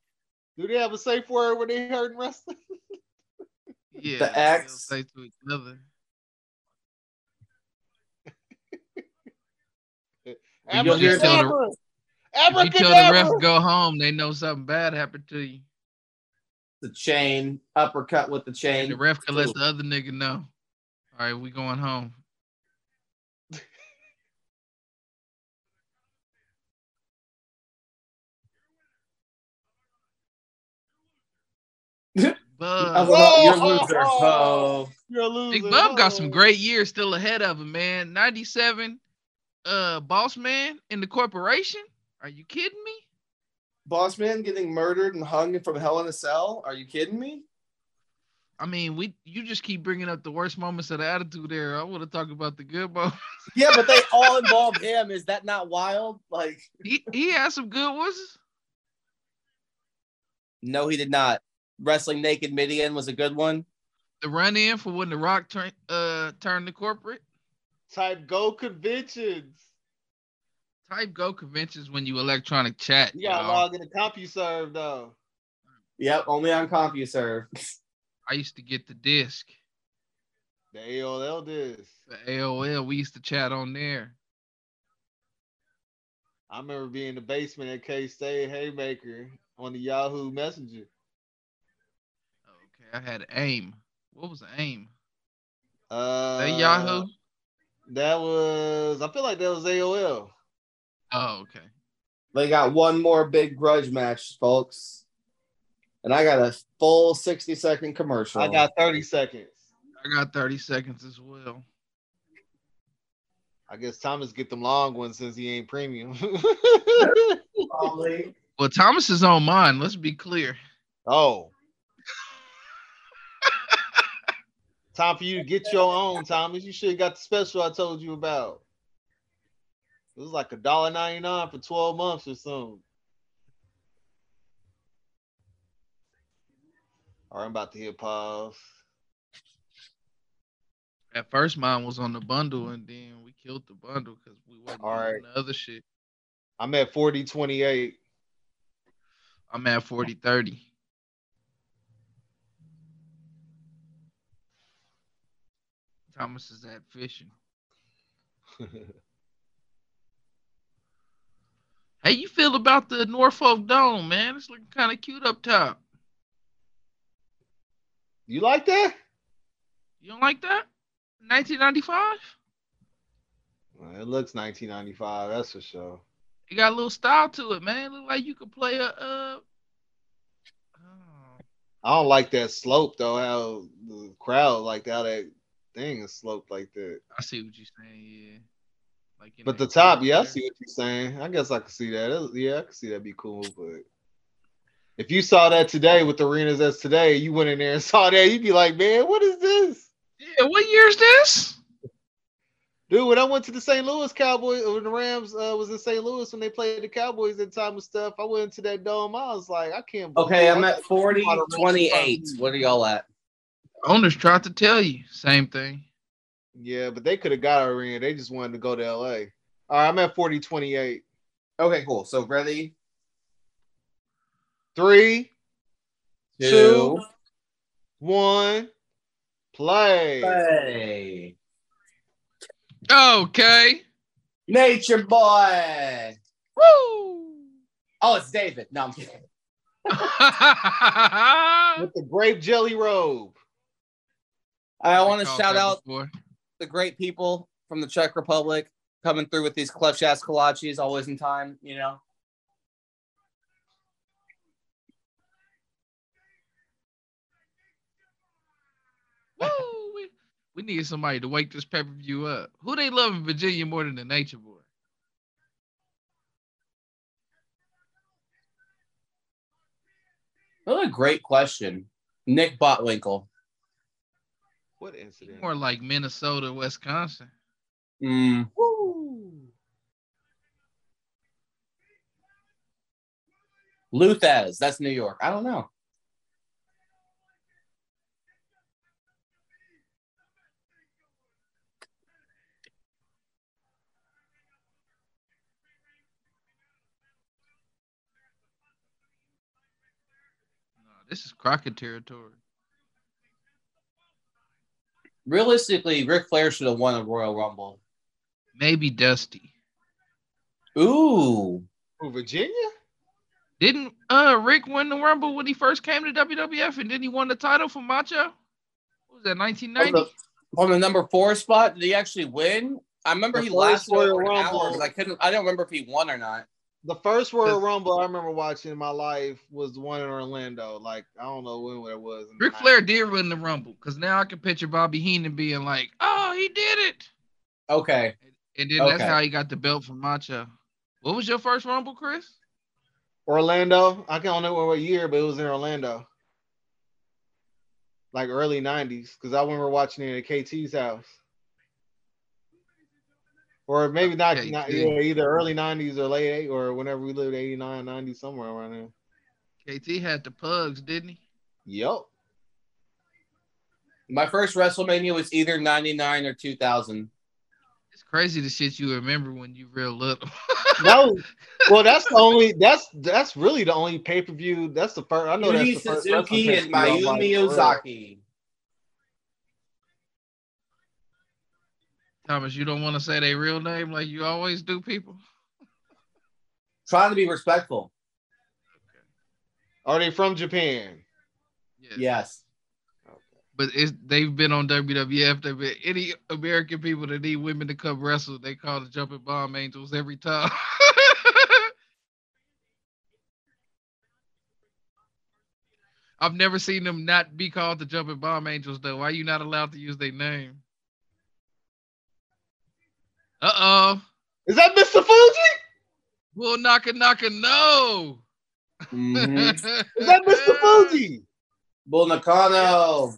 B: Do they have a safe word when they hurt in wrestling?
D: Yeah,
E: The
D: they'll
E: X.
D: say to each other. When
E: you hear the-
B: Abracadabra.
D: If you tell the ref
B: Abracadabra.
D: go home, they know something bad happened to you.
E: The chain, uppercut with the
D: And
E: chain.
D: the ref can let the other nigga know. All right, we going home.
E: Oh,
D: Bub.
E: well,
B: Whoa!
E: you're a loser. Oh.
B: You're a loser.
D: Big Bub got some
B: Oh.
D: great years still ahead of him, man. 97 uh boss man in the corporation. Are you kidding me?
E: Boss man getting murdered and hung from hell in a cell? Are you kidding me?
D: I mean, we you just keep bringing up the worst moments of the attitude era. I want to talk about the good moments.
E: Yeah, but they all [laughs] involved him. Is that not wild? Like,
D: [laughs] He he had some good ones.
E: no, he did not. Wrestling naked Midian was a good one.
D: The run in for when the Rock turned uh turned the corporate
B: Type go conventions.
D: type go conventions when you electronic chat.
B: You gotta
D: y'all.
B: log in to CompuServe though.
E: Yep, only on CompuServe.
D: I used to get the disc,
B: The AOL this.
D: the AOL. We used to chat on there.
B: I remember being in the basement at K State Haymaker on the Yahoo Messenger.
D: Okay, I had AIM. What was AIM?
B: Uh,
D: That Yahoo.
B: That was. I feel like that was AOL.
D: Oh, okay.
E: They got one more big grudge match, folks. And I got a full 60 second commercial.
B: I got 30 seconds.
D: I got 30 seconds as well.
B: I guess Thomas get them long ones since he ain't premium. [laughs]
E: probably.
D: Well, Thomas is on mine. Let's be clear.
B: oh. [laughs] Time for you to get your own, Thomas. You should have got the special I told you about. It was like a dollar ninety nine for 12 months or something. All right, I'm about to hit pause.
D: At first, mine was on the bundle, and then we killed the bundle because we wasn't
B: All right.
D: doing the other shit.
B: I'm at 40 28.
D: I'm at 40 30. Thomas is at fishing. How you feel about the Norfolk Dome, man? It's looking kind of cute up top.
B: [laughs] You like that?
D: You don't like that? 1995?
B: Well, it looks 1995. That's for sure.
D: It got a little style to it, man. It look like you could play a. Uh... oh,
B: I don't like that slope though. How the crowd like how that thing is sloped like that.
D: I see what you're saying. Yeah. Like in
B: But the
D: that
B: top,
D: corner
B: yeah, I
D: there.
B: see what you're saying. I guess I could see that. That- Yeah, I could see that be cool. But if you saw that today with the arenas as today, you went in there and [laughs] saw that, you'd be like, man, what is this?
D: Yeah, what year is this?
B: Dude, when I went to the St. Louis Cowboys, when the Rams uh, was in St. Louis when they played the Cowboys that time and stuff, I went into that dome. I was like, I can't. believe
E: Okay, I'm
B: I
E: at
B: got-
E: 40, 28. What are y'all at?
D: Owners tried to tell you same thing.
B: Yeah, but they could have got our in. They just wanted to go to LA. All right, I'm at 40 28.
E: Okay, cool. So ready?
B: Three,
E: Two.
B: Two. one, play.
E: Hey.
D: Okay.
E: Nature boy.
D: Woo.
E: Oh, it's David. No, I'm kidding.
D: I [laughs]
B: With the grape jelly robe.
E: I want to
D: called
E: shout
D: that
E: out
D: before.
E: the great people from the Czech Republic coming through with these clutch ass kolaches, always in time, you know.
D: Woo. We, we need somebody to wake this pay per view up. Who they love in Virginia more than the Nature Boy?
E: What a great question. Nick Botwinkle.
B: What incident?
D: More like Minnesota, Wisconsin.
E: Mm. Luthaz, that's New York. I don't know.
D: No, this is Crockett territory.
E: Realistically, Ric Flair should have won a Royal Rumble.
D: Maybe Dusty.
E: Ooh.
B: Oh, Virginia?
D: Didn't uh Rick win the Rumble when he first came to WWF and then he won the title for Macho? What was that, 1990?
E: On the number four spot, did he actually win? I remember
B: The
E: he
B: first
E: lasted
B: Royal
E: over an
B: Rumble.
E: hour, but I couldn't I don't remember if he won or not.
B: The first Royal Rumble I remember watching in my life was the one in Orlando. Like, I don't know when it was.
D: Ric Flair did win the Rumble because now I can picture Bobby Heenan being like, oh, he did it.
E: Okay.
D: And then that's
E: Okay.
D: how he got the belt from Macho. What was your first Rumble, Chris?
B: Orlando. I can't remember what year, but it was in Orlando. Like early 90s, because I remember watching it at KT's house. Or maybe not,
D: KT.
B: not yeah, either early 90s or late 80s, or whenever we lived 89, 90, somewhere around there.
D: KT had the pugs, didn't he?
B: Yup.
E: My first WrestleMania was either 99 or 2000.
D: It's crazy the shit you remember when you real little. [laughs]
B: No, well, that's the only. That's that's really the only pay per view. That's the first. I know
E: Yuri
B: that's the first
E: Suzuki
B: wrestling
E: and
B: pay-per-view I'm
E: Mayumi
B: like, for real.
E: Ozaki.
D: Thomas, you don't want to say their real name like you always do, people.
E: Trying to be respectful.
B: Are they from Japan?
E: Yes.
D: But it's, they've been on WWF. They've been any American people that need women to come wrestle, they call the jumping bomb angels every time. [laughs] I've never seen them not be called the jumping bomb angels though. Why you not allowed to use their name? Uh oh.
B: Is that Mr. Fuji?
D: Will Naka Naka no.
E: Mhm.
B: Is that Mr. Fuji?
E: Bull Nakano.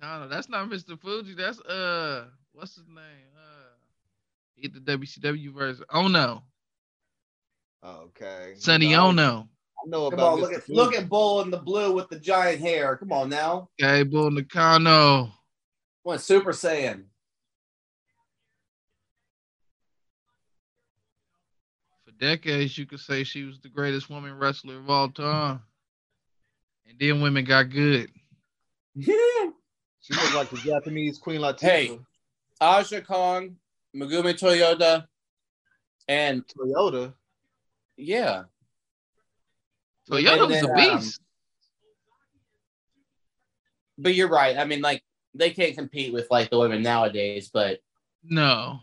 D: Nakano. That's not Mr. Fuji. That's uh, what's his name? Uh, he did the WCW version. Oh no,
B: Okay,
D: Sonny
B: You know,
D: Ono.
B: I know
E: Come
B: about
E: on, look
B: Mr.
E: at
B: Fuji.
E: look at Bull in the blue with the giant hair. Come on now.
D: Okay, Bull Nakano.
E: What Super Saiyan. [laughs]
D: For decades, you could say she was the greatest woman wrestler of all time. And then women got good.
B: She looks
E: [laughs]
B: like the Japanese Queen Latifah.
E: Hey. Aja Kong, Megumi Toyota, and
B: Toyota.
E: yeah.
D: So Yoda was
E: then,
D: a
E: um,
D: beast.
E: But you're right. I mean, like they can't compete with like the women nowadays, but
D: no.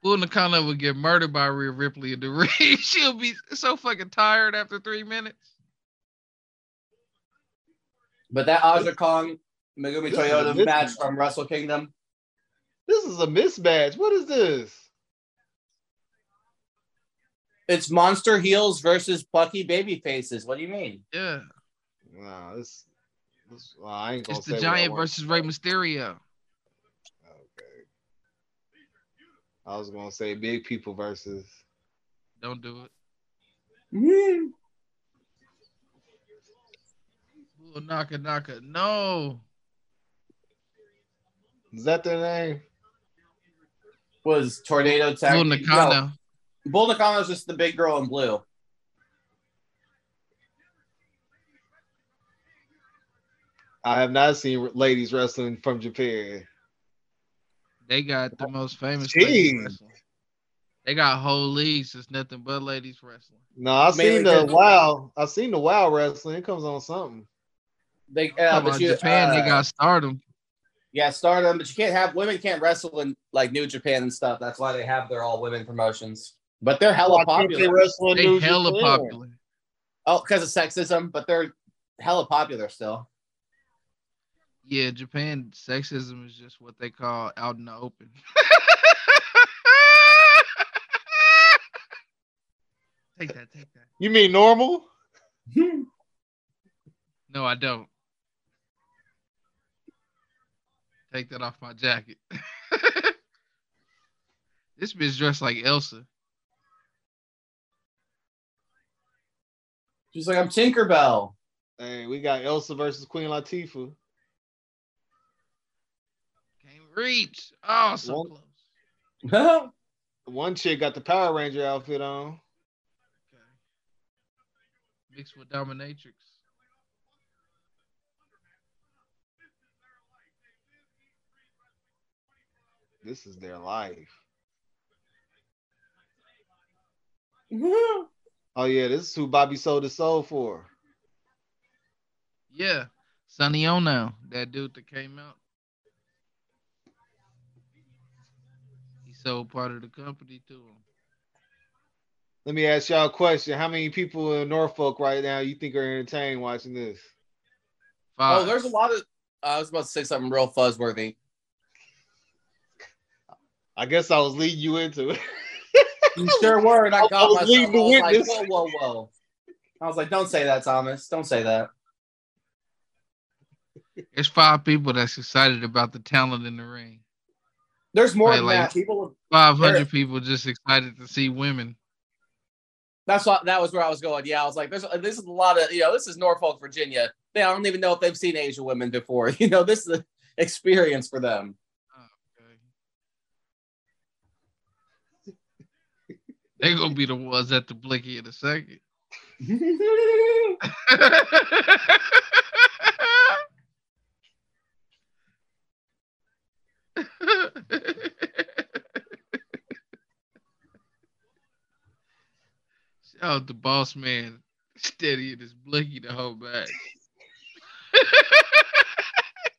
D: Bull Nakano would get murdered by Rhea Ripley in the [laughs] ring. She'll be so fucking tired after three minutes.
E: But that Aja Kong Megumi
B: This is a
E: Toyota
B: good
E: match
B: one.
E: from Wrestle Kingdom.
B: This is a mismatch. What is this?
E: It's monster heels versus plucky baby faces. What do you mean?
D: Yeah.
B: Nah, this. this well, I ain't gonna
D: It's
B: say
D: the
B: what I
D: Giant
B: want.
D: versus Rey Mysterio.
B: Okay. I was gonna say big people versus.
D: Don't do it. Bull Naka Naka. No.
B: Is that their name?
E: Was Tornado Tag?
D: Bull
E: No,
D: Nakano.
E: Bull Nakano is just the big girl in blue.
B: I have not seen ladies wrestling from Japan.
D: They got the most famous.
B: Jeez.
D: ladies wrestling. They got whole leagues. It's nothing but ladies wrestling.
B: No, I
E: Mainly
B: seen the
E: just-
B: wow. I seen the wow wrestling. It comes on something.
E: They, uh,
D: Talking
E: but
D: about
E: you,
D: Japan,
E: uh,
D: they got stardom.
E: Yeah, Stardom, but you can't have women can't wrestle in like New Japan and stuff. That's why they have their all women promotions. But they're hella
B: Why can't they
E: popular.
B: wrestle in
D: They
B: New
D: hella
B: Japan?
D: popular.
E: Oh, because of sexism, but they're hella popular still.
D: Yeah, Japan sexism is just what they call out in the open. [laughs] take that, take that.
B: You mean normal? Hmm.
D: No, I don't. Take that off my jacket. [laughs] this bitch dressed like Elsa.
E: She's like, I'm
B: [laughs]
E: Tinkerbell.
B: Hey, we got Elsa versus Queen Latifah.
D: Can't reach. Oh, so
B: Well-
D: close.
E: That's
B: One chick got the Power Ranger outfit on.
D: Okay. Mixed with Dominatrix.
B: This is their life. Oh yeah, this is who Bobby sold his soul for.
D: Yeah. Sonny Ono, that dude that came out. He sold part of the company to him.
B: Let me ask y'all a question. How many people in Norfolk right now you think are entertained watching this?
D: Five.
E: Oh, there's a lot of I was about to say something real
B: [laughs]
E: fuzzworthy.
B: I guess I was leading you into it. [laughs]
E: You sure were, and I
B: I
E: caught
B: was
E: myself. I
B: leading the
E: was like,
B: witness.
E: whoa, whoa, whoa. I was like, don't say that, Thomas. Don't say that.
D: There's five people that's excited about the talent in the ring.
E: There's more
D: Right,
E: than
D: like-
E: that. People
D: Five hundred
E: There-
D: people just excited to see women.
E: That's what that was where I was going. Yeah, I was like, there's this is a lot of you know, this is Norfolk, Virginia. They I don't even know if they've seen Asian women before. [laughs] You know, this is an experience for them.
D: They're gonna be the ones at the blicky in a second. [laughs]
E: Who
D: Shout out the boss man, steady in his blicky the whole back.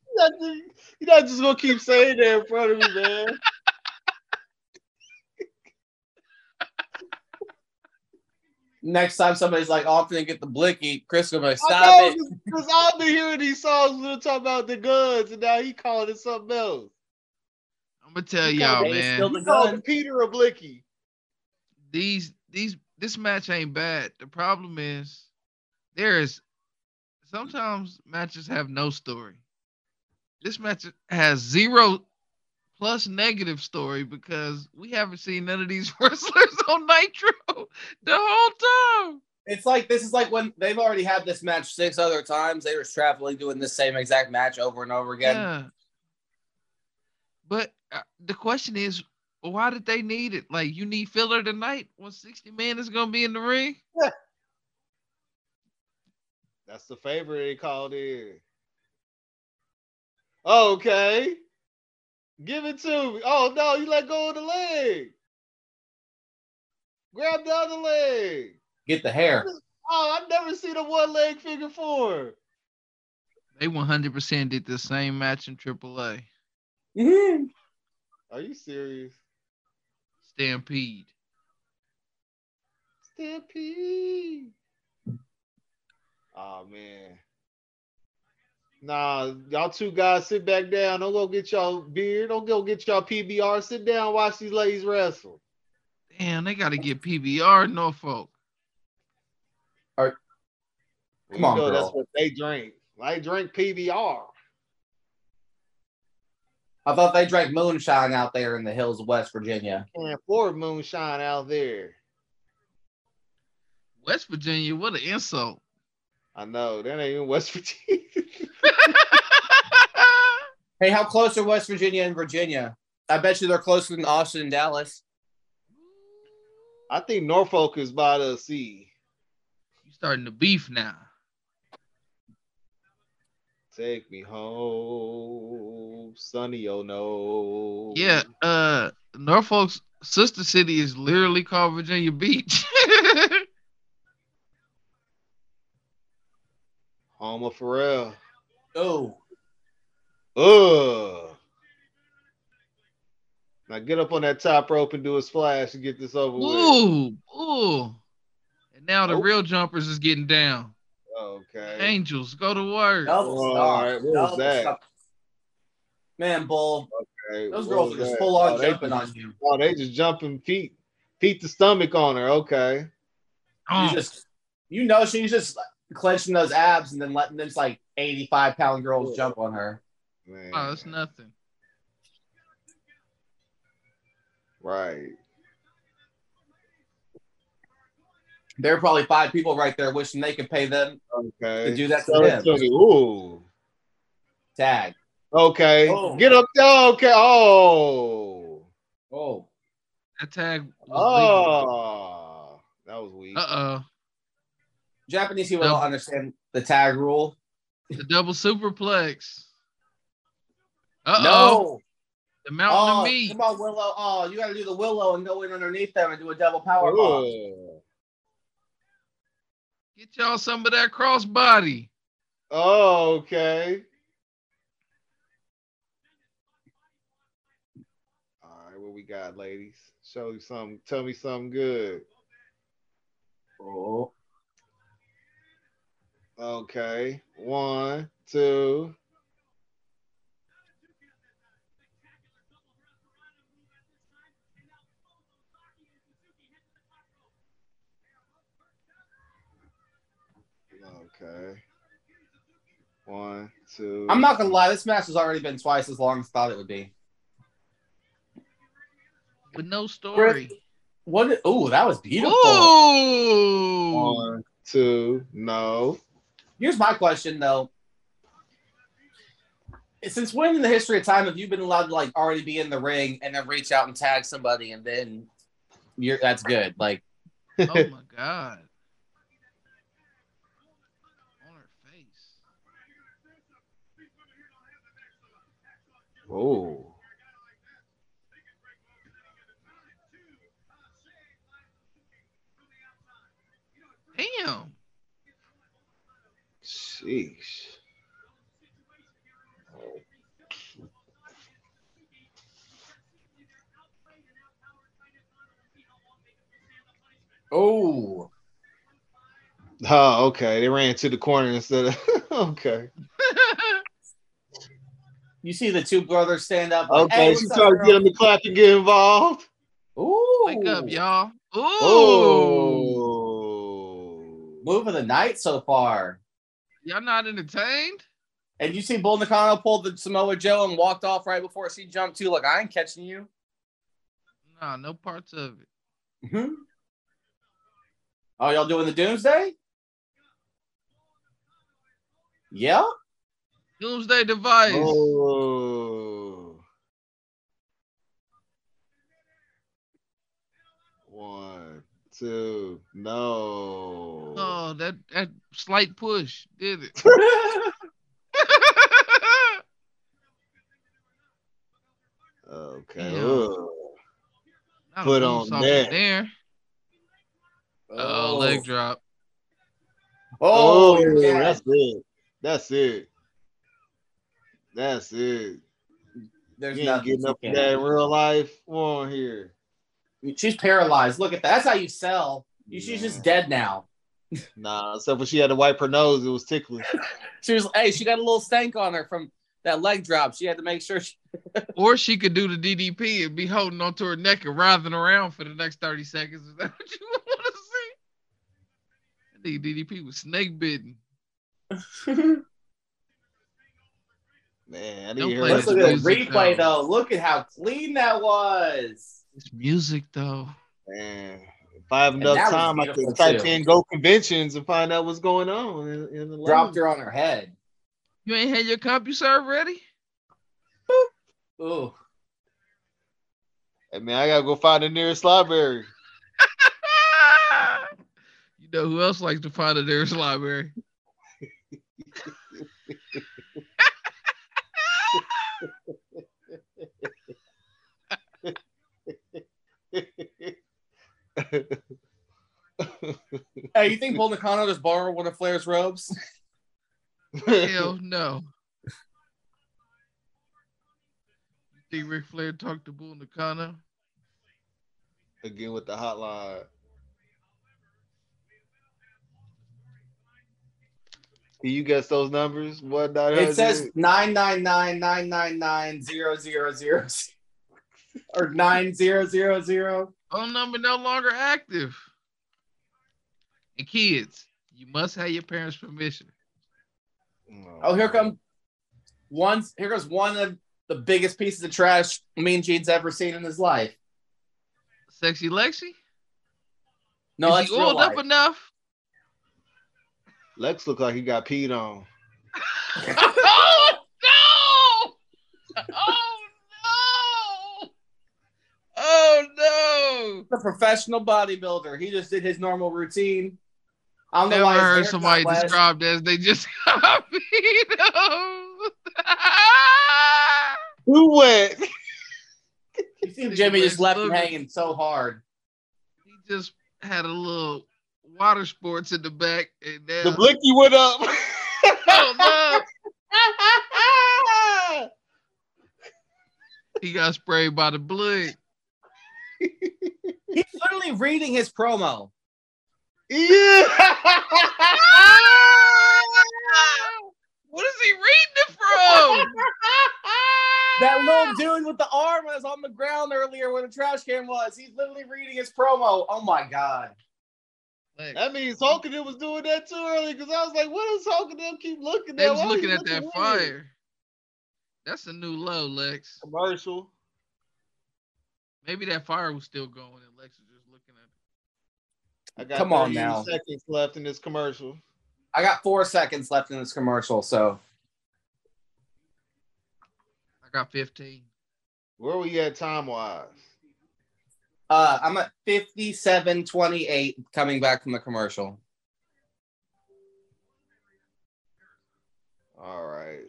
B: You're not just- you're not just gonna keep saying that in front of me, man.
E: Next time somebody's like offering to get the blicky, Chris gonna be like,
B: I
E: stop
B: know, because I've been hearing these songs when they're talking about the guns, and now he called it something else.
D: I'm gonna tell
E: it.
D: y'all,
E: They
D: man.
E: steal the
B: He called
E: gun.
B: it Peter or Blicky.
D: these these this match ain't bad. The problem is there is sometimes matches have no story. This match has zero plus negative story because we haven't seen none of these [laughs] wrestlers on Nitro the whole time.
E: It's like this is like when they've already had this match six other times. They were traveling doing the same exact match over and over again.
D: Yeah. But uh, the question is, why did they need it? Like, you need filler tonight when 60 men is going to be in the ring?
B: That's the favorite they called in. Okay. Give it to me. Oh no, you let go of the leg. Grab the other leg.
E: Get the hair.
B: Oh, I've never seen a one leg figure four.
D: They 100% did the same match in AAA.
B: Are you serious?
D: Stampede.
B: Stampede. Oh man. Nah, y'all two guys sit back down. Don't go get y'all beer. Don't go get y'all PBR. Sit down, and watch these ladies wrestle.
D: Damn, they gotta get PBR in Norfolk.
E: Come on, girl.
B: that's what they drink. They drink PBR.
E: I thought they drank moonshine out there in the hills of West Virginia.
B: Can't afford moonshine out there.
D: West Virginia, what an insult. [laughs]
B: I know that ain't even West [laughs] Virginia.
E: Hey, how close are West Virginia and Virginia? I bet you they're closer than Austin and Dallas.
B: I think Norfolk is by the sea.
D: you starting to beef now.
B: Take me home, Sonny. Oh no.
D: Yeah, uh Norfolk's sister city is literally called Virginia Beach. [laughs]
B: Home of Pharrell.
E: Oh,
B: Ugh. Now get up on that top rope and do a splash and get this over with.
D: ooh, ooh. And now the
B: Nope.
D: real jumpers is getting down.
B: Okay.
D: Angels, go to work.
E: double
B: All
E: stop.
B: right, what was
E: Double
B: that?
E: stop. Man, bull,
B: Hey,
E: those
B: what
E: girls
B: was
E: are just
B: that?
E: full on
B: Oh, they
E: jumping
B: just-
E: on you.
B: Oh, they just jumping feet, feet to stomach on her. Okay.
D: Oh,
E: You just, you know, she's just clenching those abs and then letting this like 85 pound girls jump on her.
B: Man.
D: oh, it's nothing.
B: Right.
E: There are probably five people right there wishing they could pay them
B: Okay.
E: to do that to
B: Sell it
E: them.
B: to me. Ooh.
E: Tag.
B: Okay.
E: Oh.
B: Get up. Oh, okay. Oh.
E: Oh,
D: That tag was
B: Oh. That was weak.
D: legal. Uh oh.
E: Japanese people don't
D: Double.
E: understand the tag rule.
D: The double superplex. Uh oh.
E: No.
D: The mountain
E: Oh,
D: of meat.
E: come on, Willow. Oh, you got to do the Willow and go in underneath them and do a double power bomb.
B: Oh.
D: Get y'all some of that crossbody.
B: Oh, okay. All right, what we got, ladies? Show me something. Tell me something good.
E: Oh,
B: Okay. One, two. Okay. One, two.
E: I'm not gonna lie, this match has already been twice as long as I thought it would be.
D: with no story.
E: What? Oh, that was beautiful. Um,
D: Ooh.
B: One, two. No.
E: Here's my question though. Since when in the history of time have you been allowed to like already be in the ring and then reach out and tag somebody and then you're that's good. Like
D: Oh my god. On her face.
B: Oh.
D: Damn. [laughs]
B: Sheesh.
E: oh
B: Oh, okay. They ran to the corner instead of [laughs] okay.
E: you see the two brothers stand up. like,
B: Okay,
E: "Hey,
B: she
E: what's up,
B: tried to
E: girl?"
B: get him to clap and get involved.
E: Ooh.
D: Wake up, y'all. Ooh.
B: Oh.
E: Move of the night so far.
D: Y'all not entertained?
E: And you see Bull Nakano pulled the Samoa Joe and walked off right before she jumped too. Like I ain't catching you.
D: Nah, no parts of it.
E: Mm-hmm. Oh, y'all doing the Doomsday? [laughs] Yeah.
D: Doomsday device.
B: Oh. One, two, no.
D: Oh, that that slight push did it. [laughs]
E: Oh,
B: Okay.
D: Yeah.
B: ugh.
D: Not a
B: Put on
D: moonsault
B: that.
D: from there. Oh, leg drop.
E: Oh,
B: oh
E: yeah.
B: that's it. That's it. That's it.
E: There's
B: you ain't
E: nothing.
B: getting
E: you
B: up for
E: can't
B: that in real life. Come on here.
E: She's paralyzed. Look at that. That's how you sell. You- She's just dead now.
B: Nah, except when she had to wipe her nose, it was ticklish.
E: She was. Hey, she got a little stank on her from that leg drop. She had to make sure. [laughs] She,
D: Or she could do the DDP and be holding onto her neck and writhing around for the next 30 seconds. [laughs] Is that what you want to see? I think DDP was snake bitten.
B: Man, I
D: Don't
B: didn't hear
D: play
E: Let's
D: this
E: look
B: that.
E: at the
D: music,
E: replay
D: though.
E: though. Look at how clean that was.
D: It's music, though.
B: Man, if I have
E: And
B: enough
E: that was
B: time, I could
E: beautiful,
B: type
E: too.
B: in go conventions and find out what's going on. In, in the
E: Dropped
B: land.
E: her on her head.
D: You ain't had your CompuServe ready? [laughs]
E: Ooh.
B: Hey, man, I gotta go find the nearest library.
D: you know who else likes to find a nearest [laughs] library?
E: Hey, you think Bull Nakano just borrowed one of Flair's robes?
D: Hell no. You think Ric Flair talked to Bull Nakano?
B: [laughs] Again with the hotline. Can you guess those numbers? What
E: It says nine nine nine nine nine nine zero zero zero or nine zero zero zero.
D: Phone number no longer active. And kids, you must have your parents' permission.
E: Oh, here come one. Here goes one of the biggest pieces of trash Mean Gene's ever seen in his life.
D: Sexy Lexi?
E: No,
D: Is
E: that's
D: he
E: real
D: oiled
E: life.
D: up enough?
B: Lex looked like he got peed on.
D: oh no! Oh no! Oh
E: the professional bodybuilder. He just did his normal routine. I
D: no!
E: don't
D: Never
E: know why his hair
D: heard
E: got
D: somebody
E: less.
D: described as they just [laughs] copied
B: Who went?
E: You see Jimmy just left him hanging so hard.
D: [laughs] He just had a little water sports in the back, and then
B: The blicky went up.
D: Oh, no. he got sprayed by the blood.
E: He's literally reading his promo.
B: [laughs] yeah.
D: What is he reading it from?
B: [laughs]
E: That little dude with the arm was on the ground earlier where the trash can was. He's literally reading his promo. Oh my god.
D: Like,
B: That means Hulkington was doing that too early because I was like, what is Hulkington keep looking at?
D: they
B: Why
D: was
B: are you
D: looking at that
B: weird?
D: fire. That's a new low, Lex.
B: Commercial.
D: Maybe that fire was still going, and Lex was just looking at. it.
B: I got
E: Come on
B: 30
E: now.
B: seconds left in this commercial.
E: I got four seconds left in this commercial, so
D: I got 15.
B: Where we at time wise?
E: uh I'm at 5728 coming back from the commercial.
B: All right.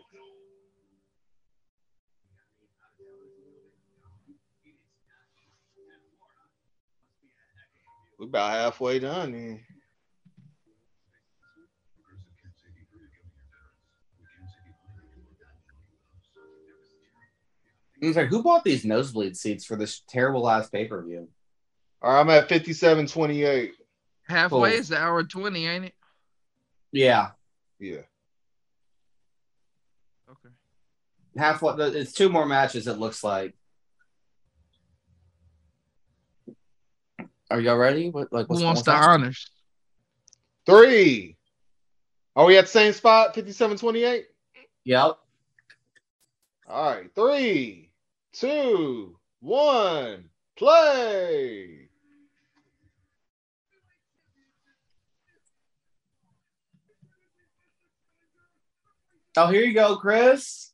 B: We're about halfway done. Then.
E: I was like, who bought these nosebleed seats for this terrible last pay-per-view?
B: All right, I'm at 5728.
D: Halfway
E: Cool.
D: is the hour 20, ain't it?
E: Yeah.
B: Yeah.
D: Okay.
E: Half what it's two more matches, it looks like. Are y'all ready? What like
D: Who wants the
E: going on?
D: honors?
B: Three. Are we at the same spot? 5728?
E: Yep.
B: All right, three, two, one, play.
E: Oh, here you go, Chris.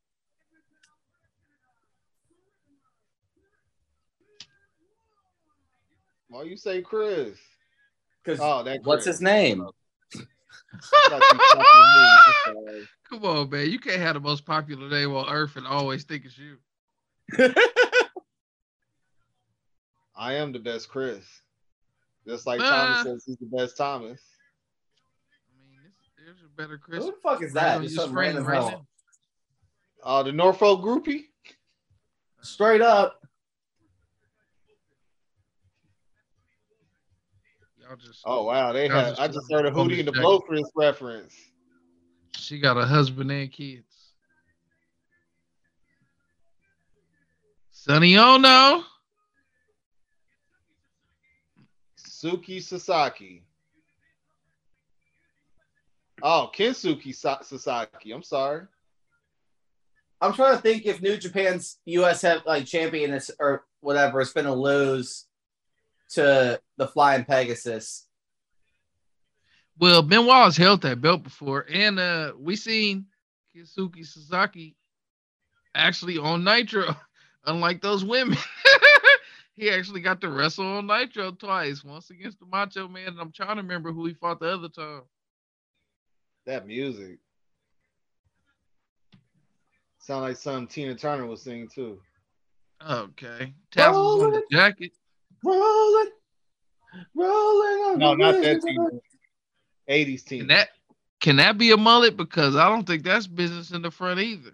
B: Why you say Chris?
E: Because
B: Oh, that.
E: what's
B: Chris. [laughs]
E: his name?
B: I thought you fucking knew. I'm sorry.
D: Come on, man. You can't have the most popular name on earth and always think it's you.
B: I am the best Chris. Just like Thomas
D: Ah.
B: says he's the best Thomas.
D: I mean, this, there's a better Chris.
E: Who the fuck is
D: Right
E: that?
D: on
E: Just
D: your
E: some
D: screen
E: random
D: right
E: hell.
D: now.
B: Uh, the Norfolk groupie.
E: Straight up.
D: Y'all just
B: Oh wow, they
D: That
B: had.
D: was
B: I just heard a
D: cool.
B: Hootie and the Blowfish reference.
D: she got a husband and kids. Sonny Ono.
B: Suki Sasaki. Oh, Kensuke Sa- Sasaki. I'm sorry.
E: I'm trying to think if New Japan's US have like champion is or whatever is gonna lose to the flying Pegasus.
D: Well, Benoit has held that belt before, and uh, we seen Kisuke Suzuki actually on Nitro. [laughs] Unlike those women, [laughs] he actually got to wrestle on Nitro twice. Once against the Macho Man, and I'm trying to remember who he fought the other time.
B: That music. Sound like something Tina Turner was singing too.
D: Okay, Taz was on the jacket.
E: Rolling, rolling on
B: No,
E: the
B: not that
E: river.
B: Tina. 80s Tina.
D: Can that can that be a mullet? Because I don't think that's business in the front either.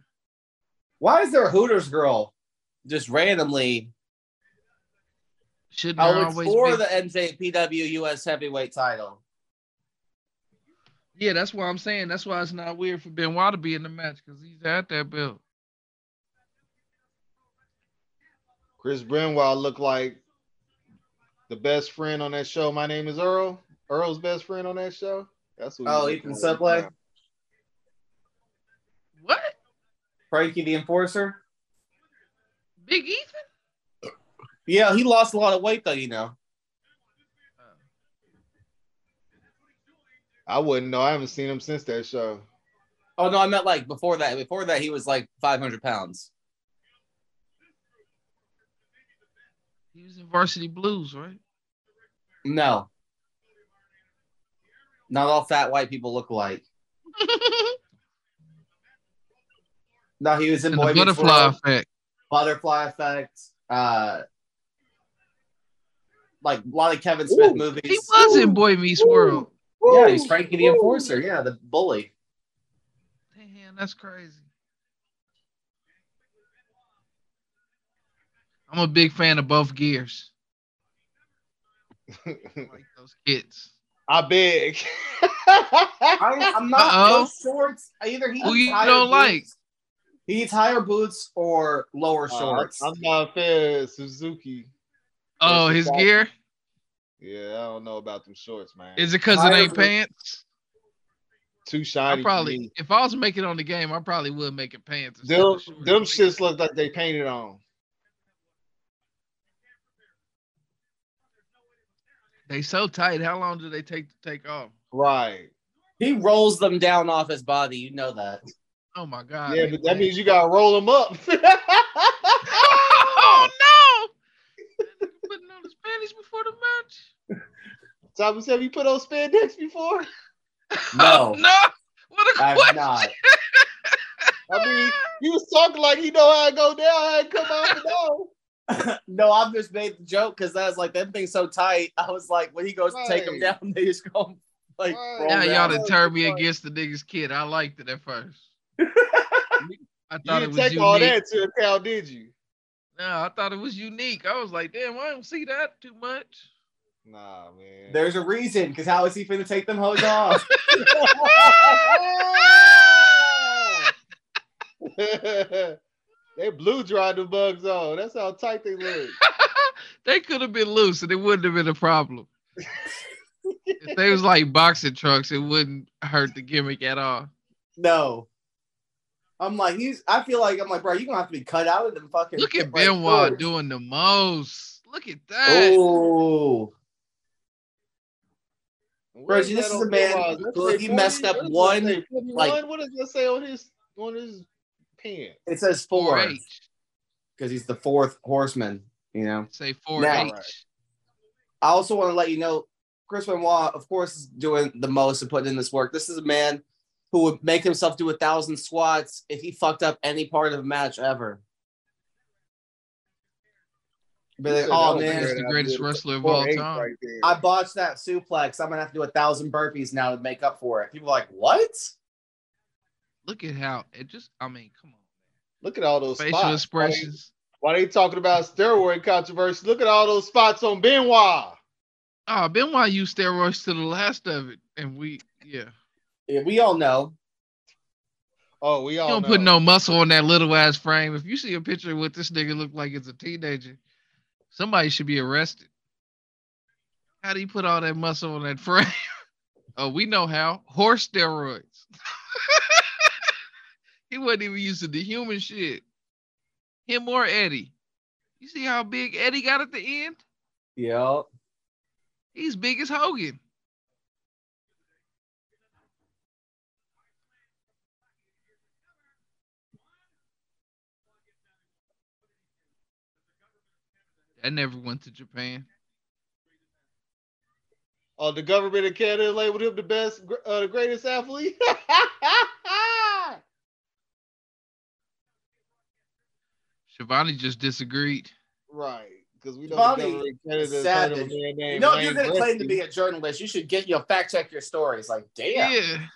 E: Why is there a Hooters girl just randomly?
D: Shouldn't there
E: I'll
D: always
E: explore
D: be?
E: the NJPW US heavyweight title.
D: yeah, that's why I'm saying. That's why it's not weird for Benoit to be in the match because he's at that belt.
B: Chris Benoit looked like the best friend on that show. My name is Earl. Earl's best friend on that show. That's what.
E: Oh,
B: he looked
E: Ethan
B: like.
E: Suplee?
D: What?
E: Frankie the Enforcer.
D: Big E
E: Yeah, he lost a lot of weight though, you know.
B: I wouldn't know. I haven't seen him since that show.
E: Oh no, I meant like before that. Before that, he was like 500 pounds.
D: He was in Varsity Blues, right?
E: No, not all fat white people look alike. No, he was in
D: and
E: Boy
D: the
E: Meets
D: Butterfly
E: World,
D: Effect.
E: Butterfly Effect, uh, like a lot of Kevin Smith
B: Ooh.
E: movies.
D: He was in Boy Meets World.
E: Yeah, he's Frankie the Enforcer. Yeah, the bully.
D: Damn, that's crazy. I'm a big fan of both gears. I like those kids.
B: [laughs] I beg. Uh,
E: I, I'm not
D: Uh-oh.
E: those shorts. Either he
D: Who
E: eats
D: you
E: higher
D: don't
E: boots-
D: like?
E: He eats higher boots or lower shorts.
B: Uh, I'm not fair, Suzuki.
D: Oh,
B: Yes,
D: his
B: exactly.
D: gear?
B: Yeah, I don't know about them shorts, man.
D: Is it because it
E: Higher
D: ain't
E: boots.
D: pants?
B: too
D: I
B: shiny. for
D: probably,
B: me.
D: if I was making on the game, I probably would make it pants. instead
B: them,
D: of shorts.
B: them shits look like they painted on.
D: They so tight. How long do they take to take off?
B: Right.
E: he rolls them down off his body. You know
D: [laughs]
E: that.
D: Oh my god.
B: yeah,
D: they
B: but that
D: wet.
B: means you gotta roll them up. [laughs]
D: oh no! That nigga Putting on his panties before the match.
B: Tommy said, "Have you put on spandex before?"
E: [laughs] No.
D: [laughs] no. What a
E: I've
D: question.
E: not.
B: I
D: [laughs]
B: mean, he was talking like he know how it go down, how it come out the door.
E: No, I've just made the joke because I was like, that thing's so tight. I was like, when he goes to take him
B: Right.
E: down, [laughs] they just go like
B: Right.
E: roll
D: Now
E: down.
D: y'all
B: man.
D: done turned me against the nigga's kid. I liked it at first. I
B: [laughs] You
D: [laughs] thought it
B: didn't
D: was
B: take
D: unique.
B: all that to account, did you?
D: No, I thought it was unique. I was like, damn, I don't see that too much.
B: Nah, man.
E: There's a reason, because how is he finna take them hoes off?
B: [laughs]
E: [laughs]
B: they blue dried the bugs on. That's how tight they look.
D: they could have been loose and it wouldn't have been
B: [laughs]
D: a problem. if they was like boxing trunks, it wouldn't hurt the gimmick at all.
E: no. I'm like, he's. I feel like I'm like, bro, you gonna have to be cut out of them fucking.
D: Look at
E: like,
D: Benoit
E: shorts."
D: doing the most. Look at that.
E: Oh,
B: Where
E: Reggie, this
B: that
E: is a
B: on
E: man
B: Realize? Let's
E: who-
B: say
E: he messed
B: 40?
E: up
B: Let's
E: one,
B: say 41?
E: like-
B: what does that say on his on his pen?
E: it says four
D: 4H.
E: because he's the fourth horseman. You know.
D: Say 4H.
E: I also want to let you know, Chris Benoit, of course, is doing the most and putting in this work. This is a man who would make himself do a thousand squats if he fucked up any part of a match ever. Be
B: He
E: like,
B: said that
E: oh
B: was
E: man,
D: He's
B: weird.
D: the
B: I
D: greatest
B: did it.
D: wrestler of all
B: 48
D: time.
B: right there.
E: I botched that suplex. I'm gonna have to do a thousand burpees now to make up for it. People are like, what?
D: Look at how it just, I mean, come on.
B: Look at all those
D: Facial
B: spots. Oh,
D: expressions.
B: Why they, why they talking about steroid controversy? Look at all those spots on Benoit.
D: Oh, Benoit used steroids to the last of it, and we yeah.
E: Yeah, we all know.
B: Oh, we all
D: You don't
B: know.
D: put no muscle on that little ass frame. If you see a picture of what this nigga looked like as a teenager, somebody should be arrested. How do you put all that muscle on that frame? [laughs] oh, we know how. Horse steroids. [laughs] he wasn't even used to the human shit. Him or Eddie. You see how big Eddie got at the end?
E: Yeah.
D: He's big as Hogan. I never went to Japan.
B: Oh, the government in Canada labeled him the best, gr- uh, the greatest athlete. [laughs]
D: Shivani just disagreed.
B: right, because we know
E: Bobby
B: the government in Canada is
E: Savage.
B: titled a man
E: You
B: named
E: know, if
B: Wayne
E: you're gonna claim to
B: Gretzky.
E: be a journalist, you should get your fact check your stories. Like,
D: Yeah.
E: damn.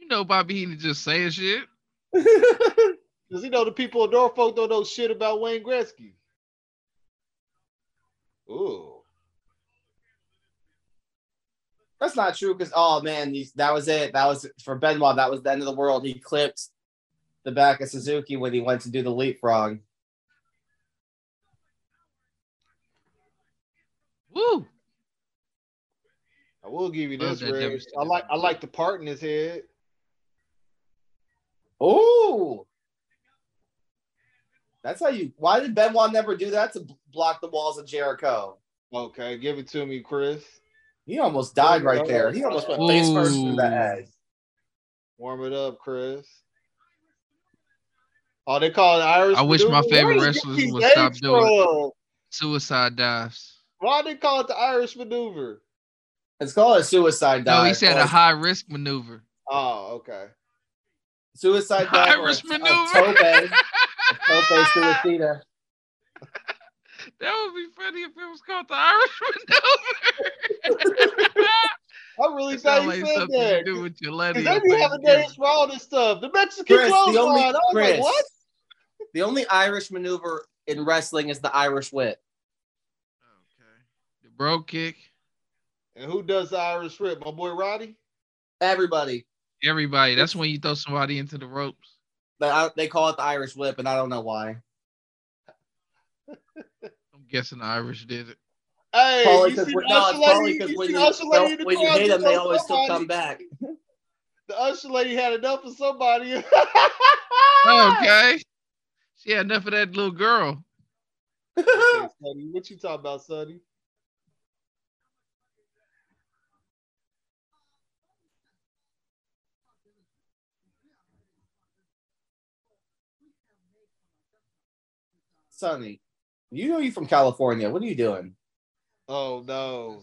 D: You know Bobby Heenan just saying shit.
B: Because you know the people of Norfolk don't know shit about Wayne Gretzky. Ooh.
E: That's not true because oh man, these, that was it. That was for Benoit. That was the end of the world. He clipped the back of Suzuki when he went to do the leapfrog.
D: Woo.
B: I will give you
D: Love
B: this,
D: that
B: Red. I
D: WCW.
B: like I like the part in his head.
E: Ooh. That's how you. Why did Benoit never do that to b- block the walls of Jericho?
B: Okay, give it to me, Chris.
E: He almost died right there. He almost went
D: oh.
E: face first through that ass.
B: Warm it up, Chris. Oh, they call it Irish.
D: I wish my
B: maneuver?
D: favorite
B: Where they
D: wrestlers
B: get these
D: would stop
B: names
D: doing it.
B: from?
D: Suicide dives.
B: Why they call it the Irish maneuver?
E: It's called a suicide dive.
D: No, he said
E: or
D: a high risk maneuver.
B: Oh, okay.
E: suicide dive.
D: Irish
E: or a- a
D: maneuver.
E: tope, a tope suicida.
D: [laughs] That would be funny if it was called the Irish [laughs] maneuver.
B: I really
D: It
B: thought you
D: sound like
B: said
D: something to
B: that.
D: do with your
B: Because
D: lady.
B: they be having names for all this stuff. The Mexican
E: Chris,
B: clothesline.
E: the only
B: I was
E: Chris,
B: like, what?
E: the only Irish maneuver in wrestling is the Irish whip.
D: Okay. The bro kick.
B: And who does the Irish rip? My boy Roddy?
E: Everybody,
D: Everybody. That's when you throw somebody into the ropes.
E: but I, they call it the Irish whip, and I don't know why.
D: I'm guessing the Irish did it.
B: Hey,
E: Probably
B: you
E: because
B: see
E: no,
B: the
E: it's
B: Usher
E: probably
B: lady?
E: because
B: You
E: when
B: see
E: you
B: the Usher lady in
E: don't-
B: the
E: when you
B: crowd
E: hate them,
B: throw
E: they always still
B: somebody.
E: come back.
B: The Usher lady had enough of somebody. [laughs]
D: Oh,
B: Ah!
D: Okay. She had enough of that little girl.
B: [laughs] Okay, Sonny, what you talking about, Sonny?
E: Sonny, you know you from California. What are you doing?
B: Oh no.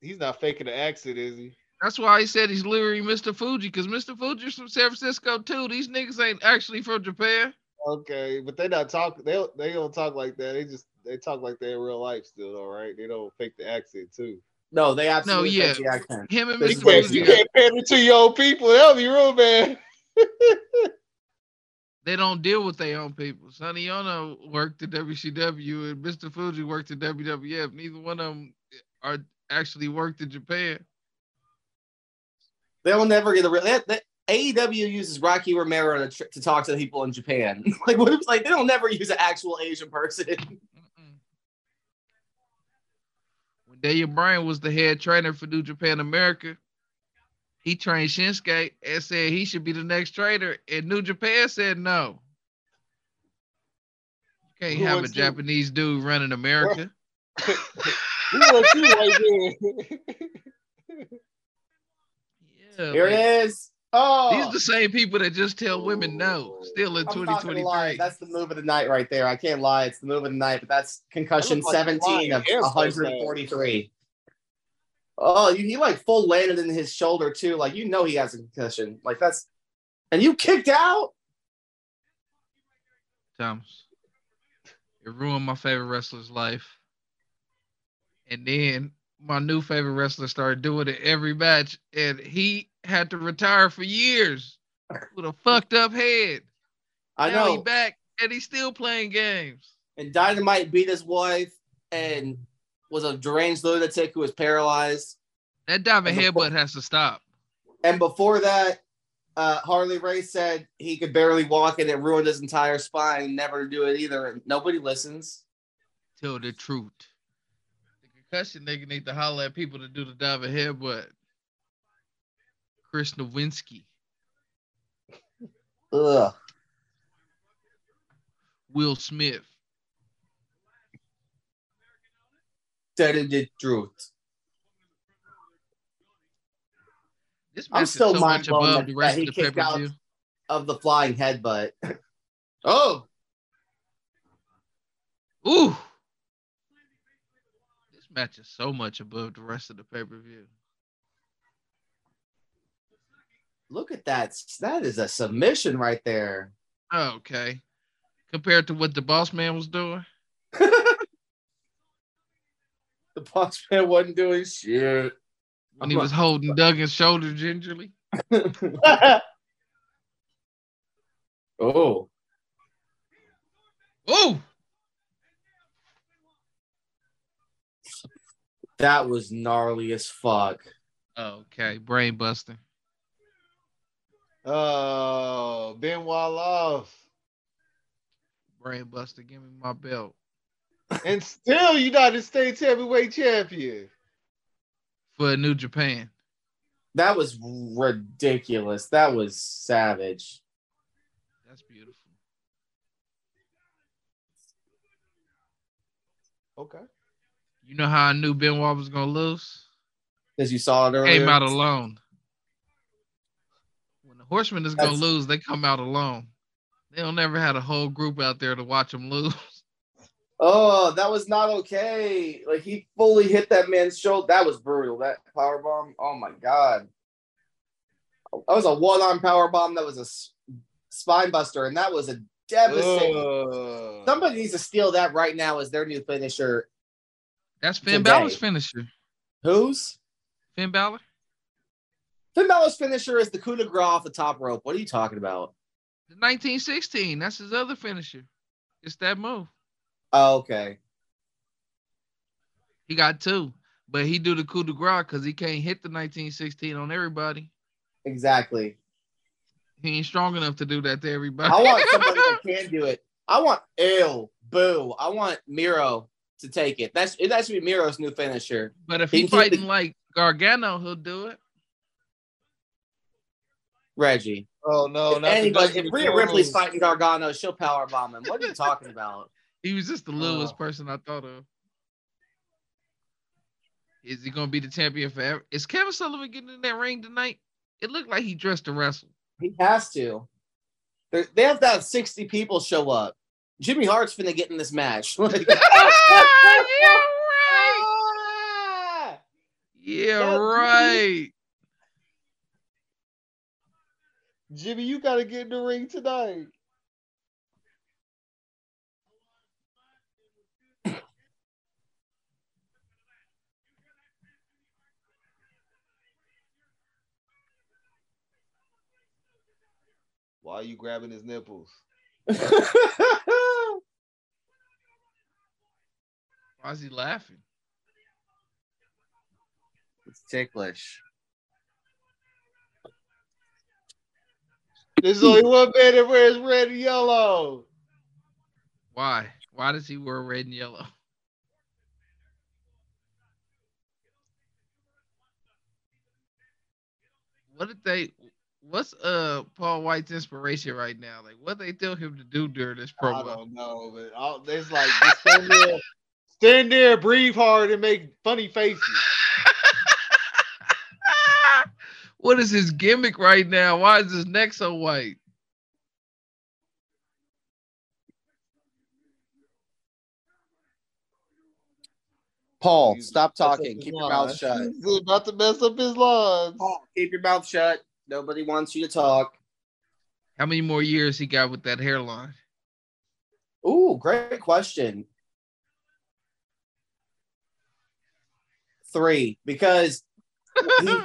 B: He's not faking the accent, is he?
D: That's why he said he's literally Mr. Fuji, because Mr. Fuji's from San Francisco too. These niggas ain't actually from Japan.
B: Okay, but they not talk. They don't- they don't talk like that. They just they talk like they in real life still, all right. They don't fake the accent too.
E: No, they absolutely
D: yeah.
E: fake the accent.
D: Him and
E: This
B: You
D: Mr.
E: is what
B: can't,
D: Fuji,
B: you
E: Yeah.
B: can't pander to your own people. That'll be real, [laughs] man.
D: they don't deal with their own people. Sonny Yono worked at WCW and Mr. Fuji worked at WWF. Neither one of them are actually worked in Japan.
E: They will never get the real. That, that, AEW uses Rocky Romero to, tr- to talk to the people in Japan. [laughs] like what? If, like they don't never use an actual Asian person.
D: Mm-mm. When Daniel Bryan was the head trainer for New Japan America, he trained Shinsuke and said he should be the next trainer, and New Japan said no. You can't
B: Who
D: have a
B: wants to-
D: Japanese dude running America.
B: You know what you right there.
D: Yeah,
E: Here
D: like,
E: it is. Oh,
D: these are the same people that just tell women no. Still in
E: I'm not gonna
D: 2023.
E: lie. That's the move of the night right there. I can't lie. It's the move of the night, but that's concussion
B: That looks like
E: 17
B: flying
E: of
B: air force
E: 143. Oh, you, he like full landed in his shoulder too. Like you know he has a concussion. Like that's and you kicked out.
D: Thomas. It ruined my favorite wrestler's life. And then my new favorite wrestler started doing it every match, and he had to retire for years with a fucked up head.
E: I
D: now he
E: know.
D: back, and he's still playing games.
E: And Dynamite beat his wife. and was a deranged lunatic who was paralyzed.
D: That diving
E: And the
D: headbutt has to stop.
E: And before that, uh, Harley Ray said he could barely walk and it ruined his entire spine and never do it either. And nobody listens.
D: Tell the truth. The concussion nigga need to holler at people to do the diving headbutt. Chris Nowinski,
E: Ugh.
D: Will Smith.
E: Tell the truth.
D: This match
E: I'm
D: is
E: still
D: so much
E: mind-blown
D: above
E: that-
D: the rest of
E: that he
D: the
E: kicked out-
D: pay-per-view.
E: Of the flying headbutt.
B: Oh,
D: Ooh. This match is so much above the rest of the pay-per-view.
E: Look at that. That is a submission right there.
D: Okay. Compared to what the boss man was doing.
E: the boss man wasn't doing shit.
D: When he was holding Duggan's shoulder gingerly.
E: [laughs] oh.
D: Ooh.
E: That was gnarly as fuck.
D: Okay. Brain busting.
B: [laughs] oh, Ben Wall
D: Brain buster. Give me my belt.
B: and still United States heavyweight champion.
D: For New Japan.
E: That was ridiculous. That was savage.
D: That's beautiful.
B: Okay.
D: You know how I knew Benoit was gonna lose?
E: As you saw it earlier.
D: Came out alone. When the horseman is gonna
E: That's-
D: lose, they come out alone. They don't never had a whole group out there to watch them lose. [laughs]
E: Oh, that was not okay. Like he fully hit that man's shoulder. That was brutal. That power bomb. Oh my god. That was a one-arm power bomb. That was a s- spine buster, and that was a devastating.
B: Oh.
E: Somebody needs to steal that right now as their new finisher.
D: That's Finn
E: Today.
D: Balor's finisher.
E: Who's
D: Finn Balor.
E: Finn Balor's finisher is the coup de grace off the top rope. What are you talking about?
D: The 1916. That's his other finisher. It's that move.
E: Oh, okay.
D: He got two, but he do the coup de grace because he can't hit the 1916 on everybody.
E: Exactly.
D: He ain't strong enough to do that to everybody.
E: I want somebody that can do it. I want ew, boo. I want Miro to take it. That's it. That should be Miro's new finisher.
D: [laughs] but if
E: He
D: he
E: can keep the-
D: fighting like Gargano, he'll do it.
E: Reggie.
B: Oh no!
E: if
B: not the
E: anybody,
B: W
E: if Rhea
B: Cole.
E: Ripley's [laughs] fighting Gargano, she'll power bomb him. What are you talking about?
D: He was just the littlest
E: Oh.
D: person I thought of. Is he gonna be the champion forever? Is Kevin Sullivan getting in that ring tonight? It looked like he dressed to wrestle.
E: He has to. They're, they have to have 60 people show up. Jimmy Hart's finna get in this match. [laughs] Like-
D: Ah, yeah,
E: Yeah,
D: right.
B: Jimmy, you gotta get in the ring tonight. Why are you grabbing his nipples?
D: Why is he laughing?
E: it's ticklish.
B: There's only one man that wears red and yellow.
D: Why? Why does he wear red and yellow? What did they? What's uh Paul White's inspiration right now? Like, what they tell him to do during this
B: I
D: promo?
B: don't know, but all, there's like just stand [laughs] there, stand there, breathe hard, and make funny faces.
D: [laughs] what is his gimmick right now? Why is his neck so white?
E: Paul,
B: You-
E: stop
B: mess up
E: talking.
B: his
E: Keep your mouth
B: lines.
E: shut.
B: He's about to mess up his lines.
E: Paul, keep your mouth shut. Nobody wants you to talk.
D: How many more years he got with that hairline?
E: Ooh, great question. Three, because he,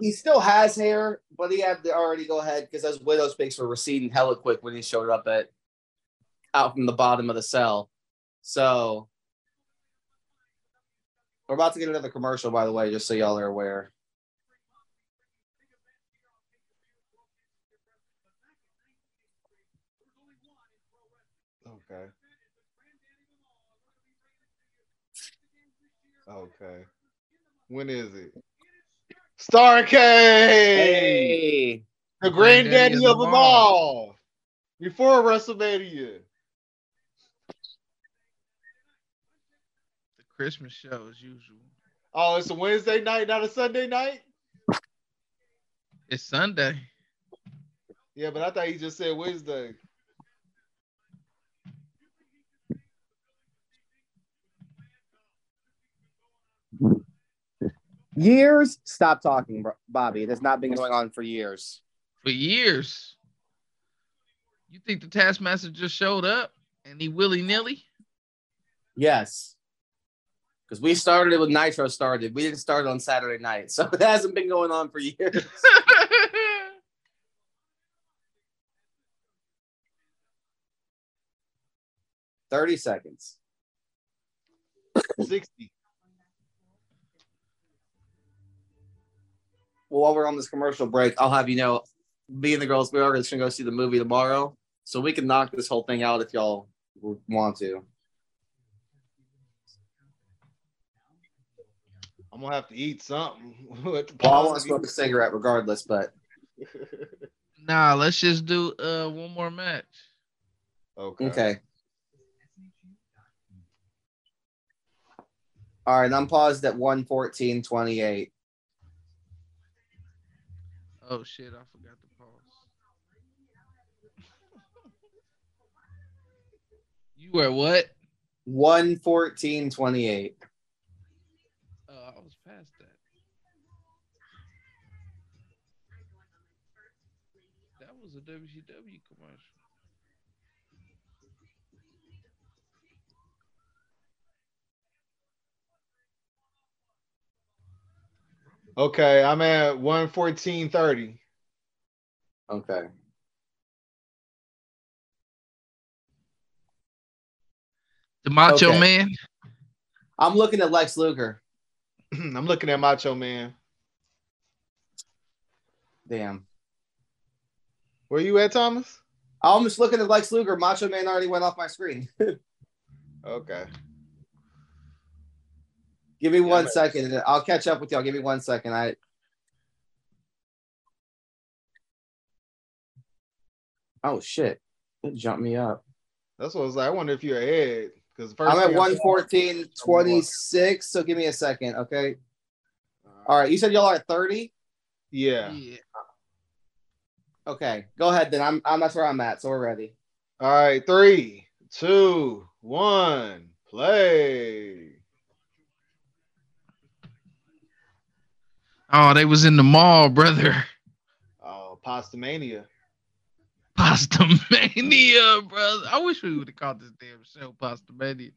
E: he still has hair, but he had to already go ahead because those widow's peaks were receding hella quick when he showed up at out from the bottom of the cell. So We're about to get another commercial, by the way, just so y'all are aware.
B: Okay. Okay. When is it? Starcade,
E: Hey,
B: the
D: Granddaddy
B: granddaddy
D: of
B: of
D: them
B: them all. Before WrestleMania.
D: The Christmas show as usual.
B: Oh, it's a Wednesday night, not a Sunday night.
D: It's Sunday.
B: Yeah, but I thought he just said
E: [laughs]
B: Wednesday.
E: years. Stop talking, bro- Bobby. It has not been going on for years.
D: for years. You think the Taskmaster just showed up and he willy nilly?
E: Yes. Because we started it when Nitro started. We didn't start it on Saturday night. So [laughs] it hasn't been going on for years. [laughs] Thirty seconds.
B: 60.
E: Well, while we're on this commercial break, I'll have you know, me and the girls, we are just gonna go see the movie tomorrow, so we can knock this whole thing out if y'all w- want to.
B: I'm gonna have to eat something. [laughs] At the
E: Well, Oh, I
B: pause.
E: want to smoke a cigarette regardless, but
D: nah, let's just do uh one more match.
B: okay.
E: okay. All right, I'm paused at 114.28.
D: Oh shit, I forgot to pause. [laughs] you were what?
E: 114.28.
D: Oh, I was past that. That was a E WCW commercial.
B: Okay, I'm at 114.30.
E: Okay.
D: The Macho
E: Okay.
D: Man.
E: I'm looking at Lex Luger.
B: [clears throat] I'm looking at Macho Man.
E: Damn.
B: Where you at, Thomas?
E: I'm just looking at Lex Luger. Macho Man already went off my screen.
B: Okay.
E: Give me
B: I'm
E: one
B: at-
E: second. and I'll catch up with y'all. Give me one second. I Oh shit. It jumped me up.
B: That's what I was like. I wonder if you're ahead. Because first
E: I'm at
B: thing I
E: one
B: saw-
E: fourteen twenty six. so give me a second, okay? All right, you said y'all are at 30?
B: Yeah.
E: Okay. Go ahead then. I'm I'm that's where I'm at, so we're ready.
B: All right. Three, two, one, play.
D: Oh, they was in the mall, brother.
B: Oh, Pasta Mania.
D: [laughs] Pasta Mania, brother. I wish we would have called this damn show Pasta Mania.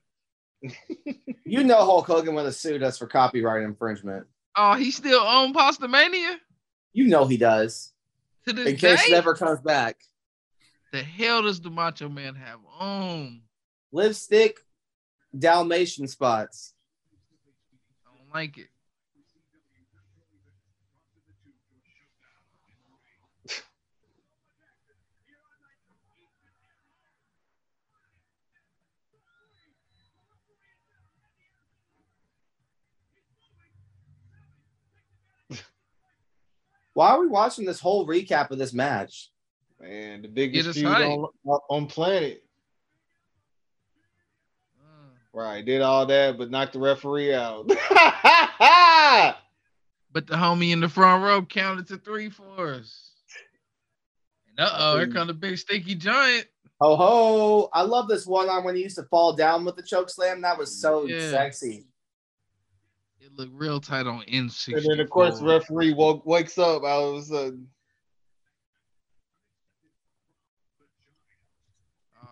E: You know Hulk Hogan would have sued us for copyright infringement.
D: Oh, he still on Pasta Mania
E: You know he does.
D: to this
E: In case
D: day.
E: it ever comes back.
D: the hell does the Macho Man have on?
E: Lipstick Dalmatian spots.
D: I don't like it.
E: Why are we watching this whole recap of this match?
B: Man, the
D: Get
B: biggest
D: us
B: feud
D: hype.
B: on, on planet.
D: Uh,
B: Right. Did all that, but knocked the referee out. [laughs] that
D: But the homie in the front row counted to three for us. And uh oh, here come the big stinky giant.
E: Oh ho! I love this one on when he used to fall down with the choke slam. That was so
D: Yeah.
E: sexy.
D: It looked real tight on N64.
B: And then, of course, the referee woke, wakes up out of a sudden.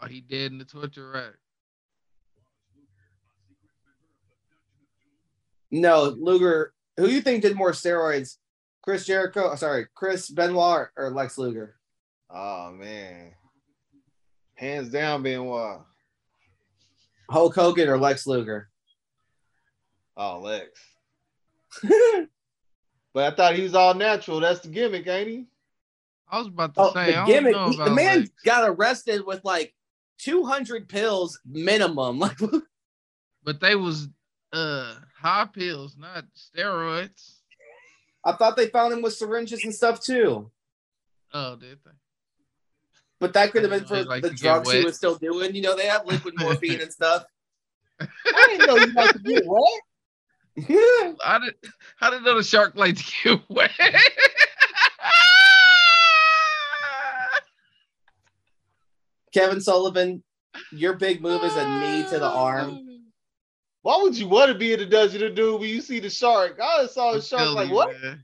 D: Oh, he dead in the torture rack.
E: No, Luger. Who you think did more steroids? Chris Jericho. oh, Sorry, Chris Benoit or Lex Luger?
B: Oh, man. Hands down, Benoit.
E: Hulk Hogan or Lex Luger?
B: Oh, Lex. but I thought he was all natural. That's the gimmick, ain't he?
D: I was about to
E: [laughs] Oh,
D: say,
E: the
D: I
E: gimmick.
D: don't know
E: he-
D: about
E: the man
D: Lex.
E: got arrested with like 200 pills minimum. [laughs] Like,
D: but they was uh high pills, not steroids.
E: I thought they found him with syringes and stuff too.
D: Oh, did they?
E: But that could have been for
D: They like
E: the
D: to get
E: drugs he
D: wet.
E: was still doing. You know, they
D: [laughs]
E: have liquid morphine and stuff. [laughs]
B: I didn't know you like to [laughs] get what?
E: Yeah.
D: I did. I didn't know the shark like to get [laughs] wet.
E: Kevin Sullivan, your big move is a knee to the arm.
B: Why would you want to be in the dungeon of doom when you see the shark? I just
E: Oh,
B: saw
D: I'm
B: the shark
D: telling
B: like,
D: you,
B: what?
D: man.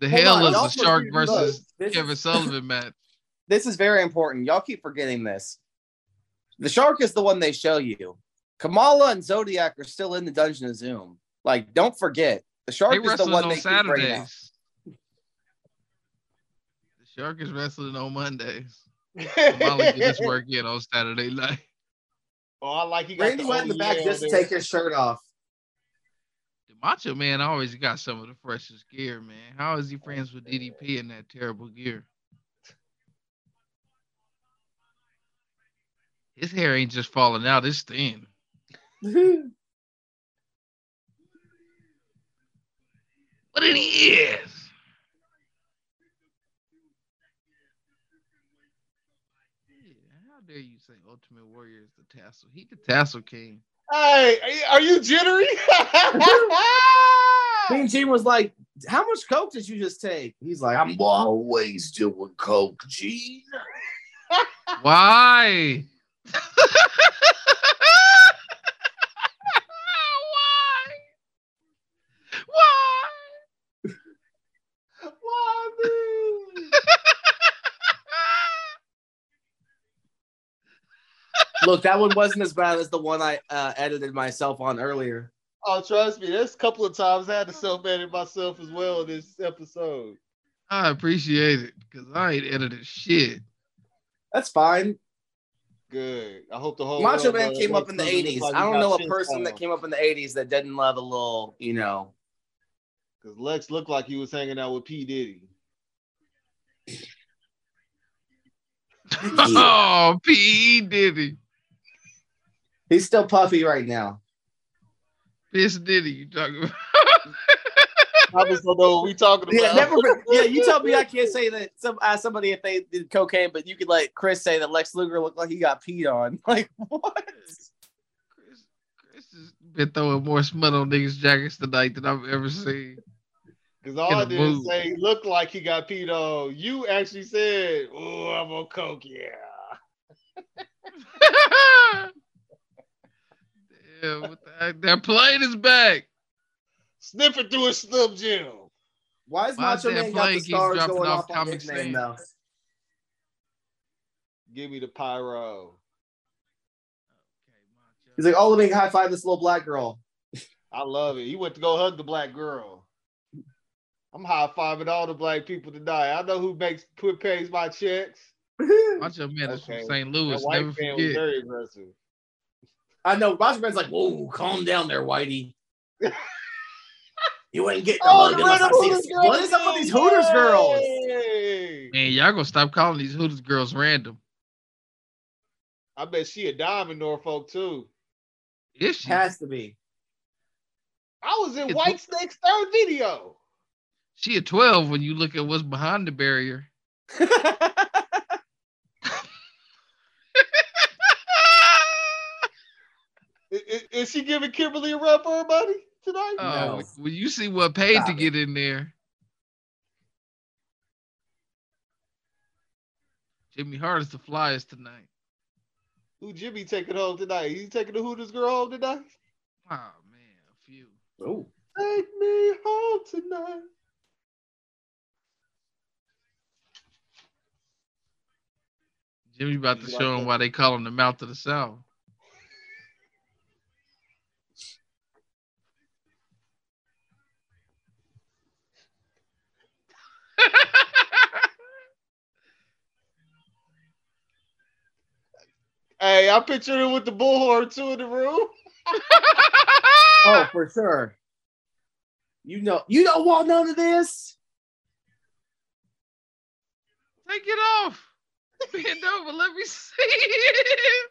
D: The
E: Hold
D: hell
E: on, y'all
D: is the shark
E: forget-
D: versus
E: look, this
D: Kevin
E: is-
D: Sullivan match?
E: this is very important. Y'all keep forgetting this. The shark is the one they show you. Kamala and Zodiac are still in the dungeon of Zoom. Like, don't forget. The shark
D: They
E: is the
D: wrestled
E: one
D: on
E: they keep bringing out.
D: Saturdays. The shark is wrestling on Mondays. Molly
B: [laughs]
D: did this work in on Saturday night.
B: oh, I like he got
E: Randy
B: the
E: went in the
B: OEL
E: back just to
B: there.
E: take his shirt off.
D: The Macho Man always got some of the freshest gear, man. How is he friends with DDP in that terrible gear? His hair ain't just falling out, it's thin. But it is. Yeah, how dare you say Ultimate Warrior is the tassel? He the tassel king.
B: Hey, are you jittery? [laughs]
E: Mean Gene was like, How much coke did you just take? He's like, I'm
F: always doing coke, Gene.
D: [laughs] Why? Why? Why?
B: Why me?
E: look, that one wasn't as bad as the one I uh, edited myself on earlier.
B: Oh, trust me, there's a couple of times I had to self-edit myself as well in this episode.
D: I appreciate it because I ain't edited shit.
E: That's fine.
B: Good. I hope the whole
E: Macho
B: world
E: Man
B: knows
E: came
B: what
E: up in the
B: Cruiserweight
E: '80s.
B: Party
E: I don't
B: got
E: know a
B: shit
E: person that
B: on.
E: came up in the '80s that didn't love a little,
D: [laughs]
E: you know.
B: Cause Lex looked like he was hanging out with P Diddy.
D: [laughs] oh, P. Diddy.
E: He's still puffy right now.
D: Piss Diddy, you talking about?
B: I just don't know what we talking about.
E: Yeah, never. yeah, you tell
B: [laughs]
E: me I can't say that some ask somebody if they did cocaine, but you could let Chris say that Lex Luger looked like he got peed on. [laughs] Like what?
D: Chris, Chris has been throwing more smut on niggas' jackets tonight than I've ever seen. [laughs]
B: Cause all I
D: in the
B: did is
D: mood.
B: say he looked like he got peed on. You actually said, "Oh, I'm on coke." Yeah.
D: Damn, what the heck? Their plane is back.
B: Sniffing through a Slim Jim.
E: Why is
D: Why
E: Macho
D: is that
E: Man got the
D: Blake keep
E: stars
D: dropping
E: going
D: off
E: off on
D: Comic
E: his name
D: Sans?
E: though?
B: Give me the pyro.
E: He's like, oh, let me high five this little black girl. [laughs]
B: I love it. He went to go hug the black girl. I'm high fiving all the black people tonight. I know who makes who pays my checks.
D: Macho Man is
B: Okay.
D: from St.
B: That
D: Louis.
B: white
D: Never
B: man was
D: forget.
B: very aggressive.
E: I know. Macho Man's like, whoa, calm down there, Whitey. [laughs]
F: You ain't getting
E: Oh,
F: a
E: the
F: hug unless I see
E: Red Hooters
F: it.
E: girl. What is up with these Hooters girls?
B: Hey.
D: Man, y'all gonna stop calling these Hooters girls random.
B: I bet she a dime in Norfolk too.
D: Is she?
E: Has to be. [laughs]
B: I was in
D: It's-
B: White Snake's third video.
D: She a 12 when you look at what's behind the barrier.
B: I- I- Is, she giving Kimberly a run for her money tonight?
D: Oh,
E: No.
D: when you see what paid
E: Stop
D: to
E: it.
D: get in there. Jimmy Hart is the flyers tonight.
B: Who Jimmy taking home tonight? He taking the Hooters girl home tonight?
D: Oh man, a few.
E: Oh.
B: Take me home tonight.
D: Jimmy about to
B: You like
D: show
B: that?
D: him why they call him the mouth of the south.
B: Hey, I pictured him with the bullhorn too in the room.
E: Oh, for sure. You know, you don't want none of this.
D: Take it off. [laughs] Bend over. Let me see [laughs] it.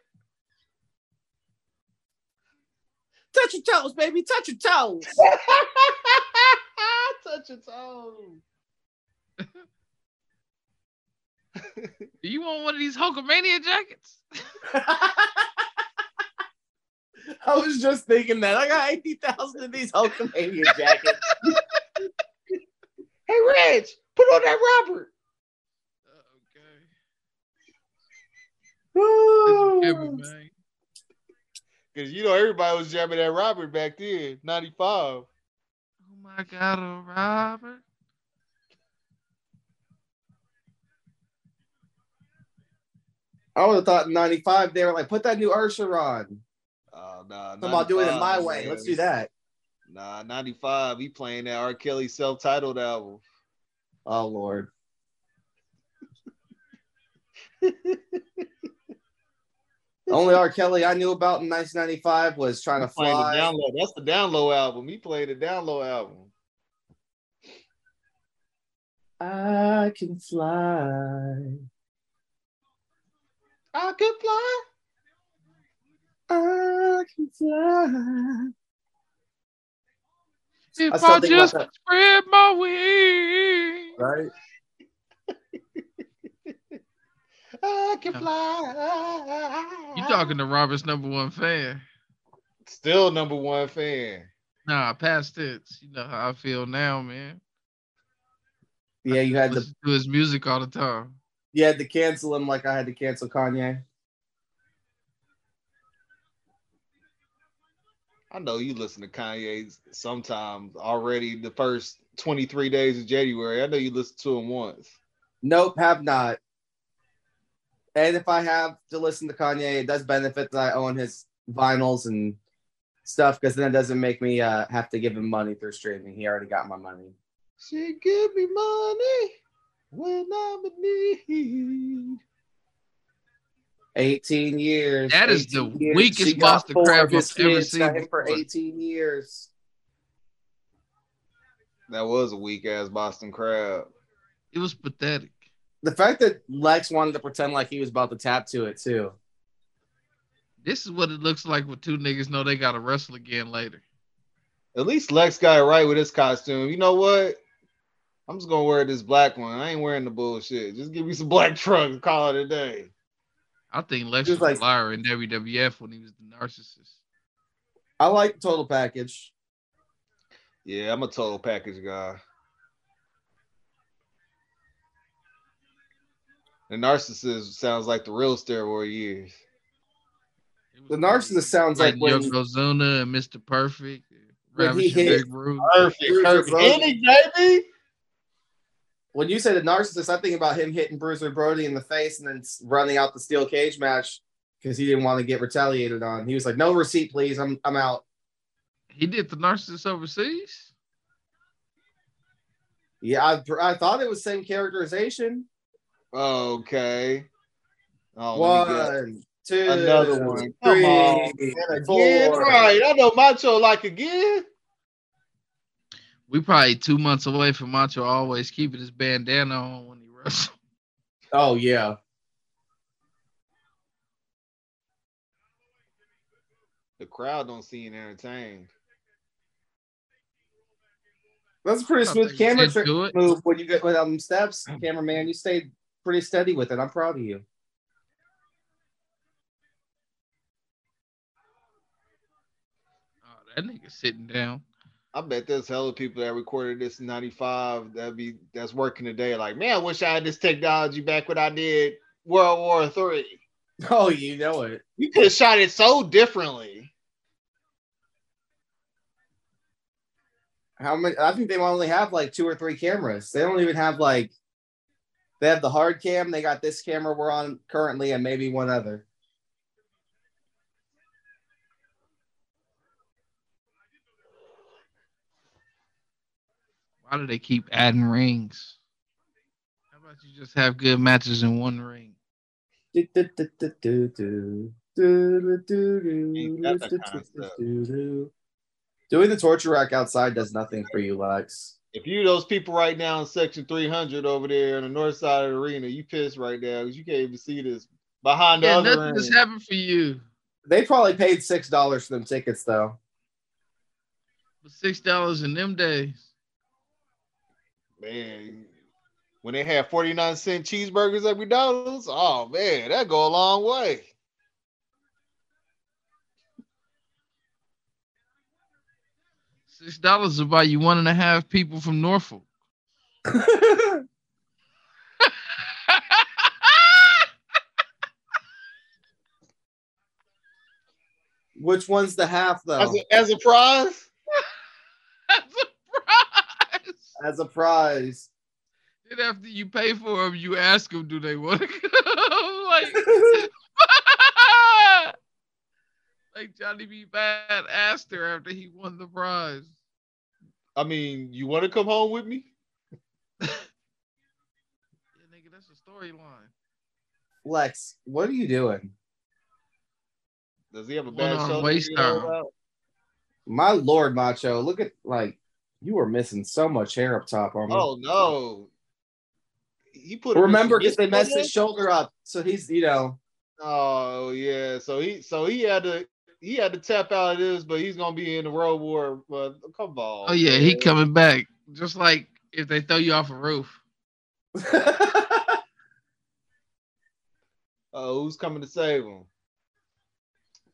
E: Touch your toes, baby. Touch your toes. [laughs]
B: [laughs] Touch your toes.
D: Do you want one of these Hulkamania jackets? [laughs]
E: I was just thinking that. I got 80,000 of these Hulkamania jackets. [laughs]
B: Hey, Reg, put on that Robert.
D: Okay.
E: Ooh.
D: This is heavy, man.
B: Because you know everybody was jamming that Robert back then, 95.
D: Oh my God, oh Robert.
E: I would have thought in 95 they were like, put that new Ursher on.
B: Oh, nah.
E: Come on, do it in
B: 95,
E: my way.
B: man.
E: Let's do that.
B: Nah, 95. He playing that R. Kelly self titled album.
E: Oh, Lord. [laughs] the only R. Kelly I knew about in 1995 was trying to
B: Playing the
E: fly.
B: download. That's the download album. He played the download album.
E: I can fly.
B: I could fly.
E: I can fly. I
D: If
E: still
D: I,
E: think about
D: just
E: that.
D: spread my wings.
E: Right?
B: I can
D: No.
B: fly.
D: You talking to Robert's number one fan?
B: Still number one fan.
D: Nah, past tense. You know how I feel now, man.
E: Yeah, you had to
D: Listen to his music all the time.
E: you had to cancel him like I had to cancel Kanye.
B: I know you listen to Kanye sometimes already the first 23 days of January. I know you listen to him once.
E: Nope, have not. And if I have to listen to Kanye, it does benefit that I own his vinyls and stuff because then it doesn't make me uh, have to give him money through streaming. He already got my money.
B: She give me money when I'm in need.
E: 18 years.
D: That is
E: 18
D: the weakest monster crab I've ever seen
E: Got him for
D: before.
E: 18 years.
B: That was a weak ass Boston crab.
D: It was pathetic.
E: The fact that Lex wanted to pretend like he was about to tap to it too.
D: This is what it looks like when two niggas know they gotta wrestle again later.
B: At least Lex got it right with his costume. You know what? I'm just gonna wear this black one. I ain't wearing the bullshit. Just give me some black trunks. and Call it a day.
D: I think Lex
E: He
D: was,
E: was
D: a
E: like-
D: liar in WWF when he was the narcissist.
E: I like the total package.
B: Yeah, I'm a total package guy. The narcissist sounds like the real steroid years.
D: It was
E: The narcissist sounds like
D: like
E: when
D: Yokozuna and Mr. Perfect,
E: When he
D: Ravishing
E: hit-
D: Rick Rude.
B: Perfect,
E: Bruiser
B: perfect.
E: Brody.
B: Any baby?
E: when you say the narcissist, I think about him hitting Bruiser Brody in the face and then s- running out the steel cage match because he didn't want to get retaliated on. He was like, "No receipt, please. I'm I'm out."
D: He did the narcissist overseas.
E: Yeah, I, I thought it was same characterization.
B: Okay. Oh, let me guess.
E: One, two,
B: Another one. Come
E: three,
B: on. Again,
E: four.
B: right. I know Macho like again.
D: We probably two months away from Macho always keeping his bandana on when he wrestles.
E: Oh yeah.
B: The crowd don't seem entertained.
E: That's a pretty
D: I
E: smooth
D: think
E: camera
D: he's
E: trick
D: into it.
E: move when you get with um steps, cameraman. You stayed pretty steady with it. I'm proud of you.
D: Oh, that nigga sitting down.
B: I bet there's hella people that recorded this in 95 that be that's working today. Like, man, I wish I had this technology back when I did World War Three.
E: Oh, you know it.
B: You could have shot it so differently.
E: how many i think they only have like two or three cameras they don't even have like they have the hard cam they got this camera we're on currently and maybe one other
D: Why do they keep adding rings? How about you just have good matches in one ring?
E: Do, do, do, do, do, do. Do, do, do, do,
B: Ain't got that
E: do,
B: kind of
E: do,
B: stuff.
E: do, do. Doing the torture rack outside does nothing for you, Lex.
B: If you those people right now in section 300 over there on the north side of the arena, you pissed right now because you can't even see this behind the
D: Yeah,
B: other
D: nothing
B: end.
D: has happened for you.
E: They probably paid six dollars for them tickets though.
B: [laughs]
D: But six dollars in them days.
B: Man, when they had 49 cent cheeseburgers at McDonald's, oh man, that go a long way.
D: Six dollars will buy you one and a half people from Norfolk. [laughs]
E: Which one's the half though?
B: As, a, as a prize,
D: That's a prize.
E: As
B: [laughs]
E: a prize.
D: Then after you pay for them, you ask them, do they [laughs] want to come? like, [laughs] like Johnny B. Bad asked her after he won the prize.
B: I mean, you want to come home with me?
D: Yeah, nigga, that's a storyline.
E: Lex, what are you doing?
B: Does he have a
D: Going
B: bad
D: on
B: shoulder?
D: waist
B: you know
D: time.
B: about?
E: My lord, Macho, look at like you are missing so much hair up top on me.
B: Oh no. He put him in
E: Remember,
B: some
E: because they
B: discipline
E: messed his
B: there?
E: shoulder up, so he's you know [laughs]
B: Oh yeah, so he so he had to he had to tap out of this, but he's gonna be in the road war. But come on,
D: Oh yeah, he
B: man.
D: coming back. Just like if they throw you off a roof.
B: Oh, who's coming to save him?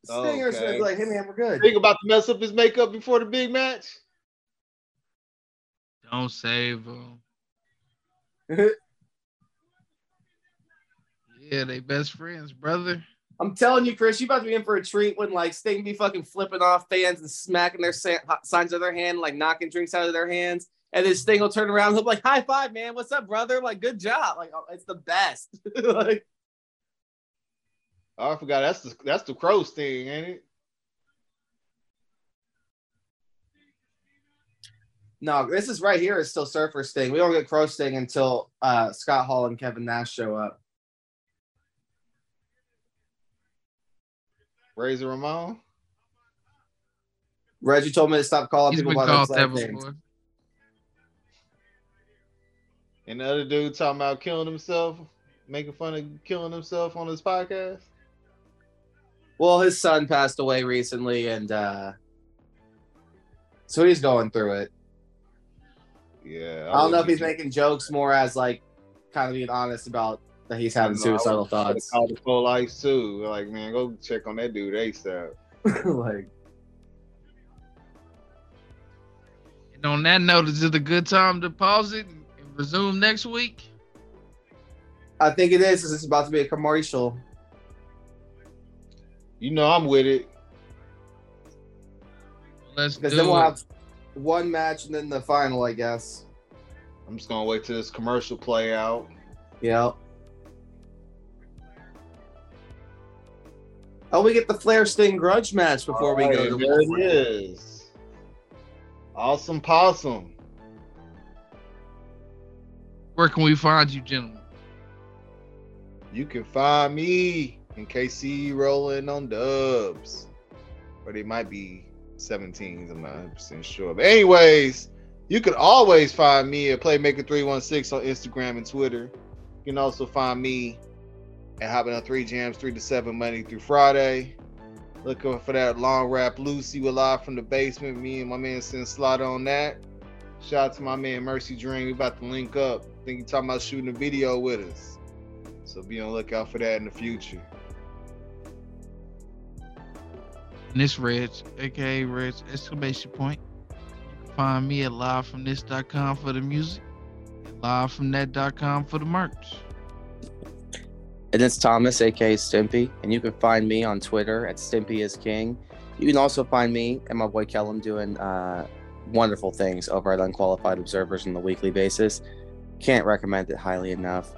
E: Stinger
B: Okay.
E: Smith's like, hey man, we're good.
B: Think about to mess up his makeup before the big match.
D: Don't save them. [laughs] Yeah, they best friends, brother.
E: I'm telling you, Chris, you about to be in for a treat when like Sting be fucking flipping off fans and smacking their sa- signs out of their hand, like knocking drinks out of their hands, and then Sting will turn around and he'll be like, "High five, man! What's up, brother? Like, good job! Like, oh, it's the best." [laughs] like,
B: Oh, I forgot that's the that's the crow's thing, ain't it?
E: no, this is right here is still Surfer Sting. We don't get Crow Sting until uh, Scott Hall and Kevin Nash show up.
B: Razor Ramon.
E: Reggie told me to stop calling
D: He's
E: people
D: been
E: by their
D: called
E: slave
D: that
E: names.
D: before.
B: And the other dude talking about killing himself, making fun of killing himself on his podcast.
E: Well, his son passed away recently, and uh, so he's going through it.
B: Yeah.
E: I don't know if
B: wouldn't
E: he's
B: do-
E: making jokes more as like kind of being honest about that he's
B: I
E: having
B: don't know, I
E: suicidal
B: would've- I would've
E: thoughts.
B: Called the full ice too. Like, man, go check on that dude ASAP.
E: [laughs] like,
D: And on that note, is it a good time to pause it and resume next week?
E: I think it is. 'cause It's about to be a commercial.
B: You know I'm with it.
D: Let's do
E: Because then we'll
D: it.
E: have one match and then the final, I guess.
B: I'm just gonna wait till this commercial play out.
E: Yeah. Oh, we get the Flair Sting grudge match before we
B: Alright,
E: go to
B: there it is. Awesome possum.
D: Where can we find you, gentlemen?
B: You can find me in KC rolling on dubs. Or they might be 17s, I'm not 100% sure. But, anyways, you can always find me at Playmaker316 on Instagram and Twitter. You can also find me at Hopping on 3 Jams 3 to 7 Monday through Friday. Looking for that long rap Lucy. We're live from the basement. Me and my man Sin Slot on that. Shout out to my man Mercy Dream. We about to link up. Think you talking about shooting a video with us. So be on the lookout for that in the future.
D: And it's Reg, aka Reg exclamation point. You can find me at livefromthis.com for the music, and livefromthat.com for the merch.
E: And it's Thomas, aka Stimpy, and you can find me on Twitter at Stimpy is King. You can also find me and my boy Kellum doing uh, wonderful things over at Unqualified Observers on the weekly basis. Can't recommend it highly enough.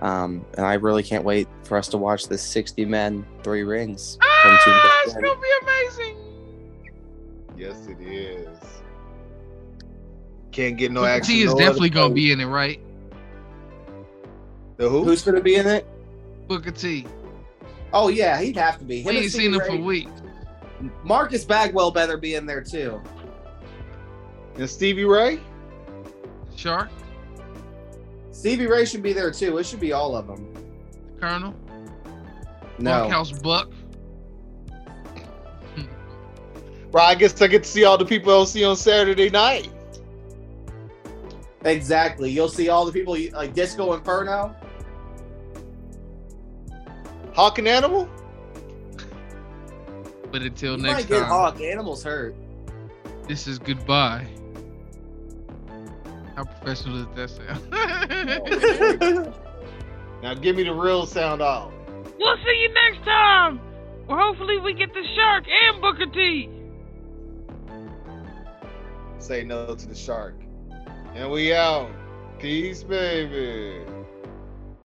E: Um, and I really can't wait for us to watch the 60 Men Three Rings. from
D: Ah, it's
E: Tuesday.
D: gonna be amazing.
B: Yes, it is. Can't get no
D: Booker
B: action.
D: T is
B: no
D: definitely
B: other-
D: gonna be in it, right?
B: The who?
E: Who's going to be in it?
D: Booker T.
E: Oh, yeah, he'd have to be. Him
D: We
E: and
D: ain't seen
E: CeeDee
D: him for
E: Ray-
D: weeks.
E: Marcus Bagwell better be in there too.
B: And Stevie Ray?
D: Shark,
E: Stevie Ray should be there too. It should be all of them.
D: Colonel,
E: No.
D: Bunkhouse Buck.
B: Right, I guess I get to see all the people I'll see on Saturday night.
E: Exactly. You'll see all the people you- like Disco Inferno.
B: Hawk and Animal?
D: But until
E: You
D: next
E: might get
D: time,
E: hawk. Animals hurt.
D: this is goodbye. How professional does that sound? [laughs]
B: Now give me the real sound off.
G: We'll see you next time. Well, hopefully we get the shark and Booker T.
B: Say no to the shark. And we out. Peace, baby.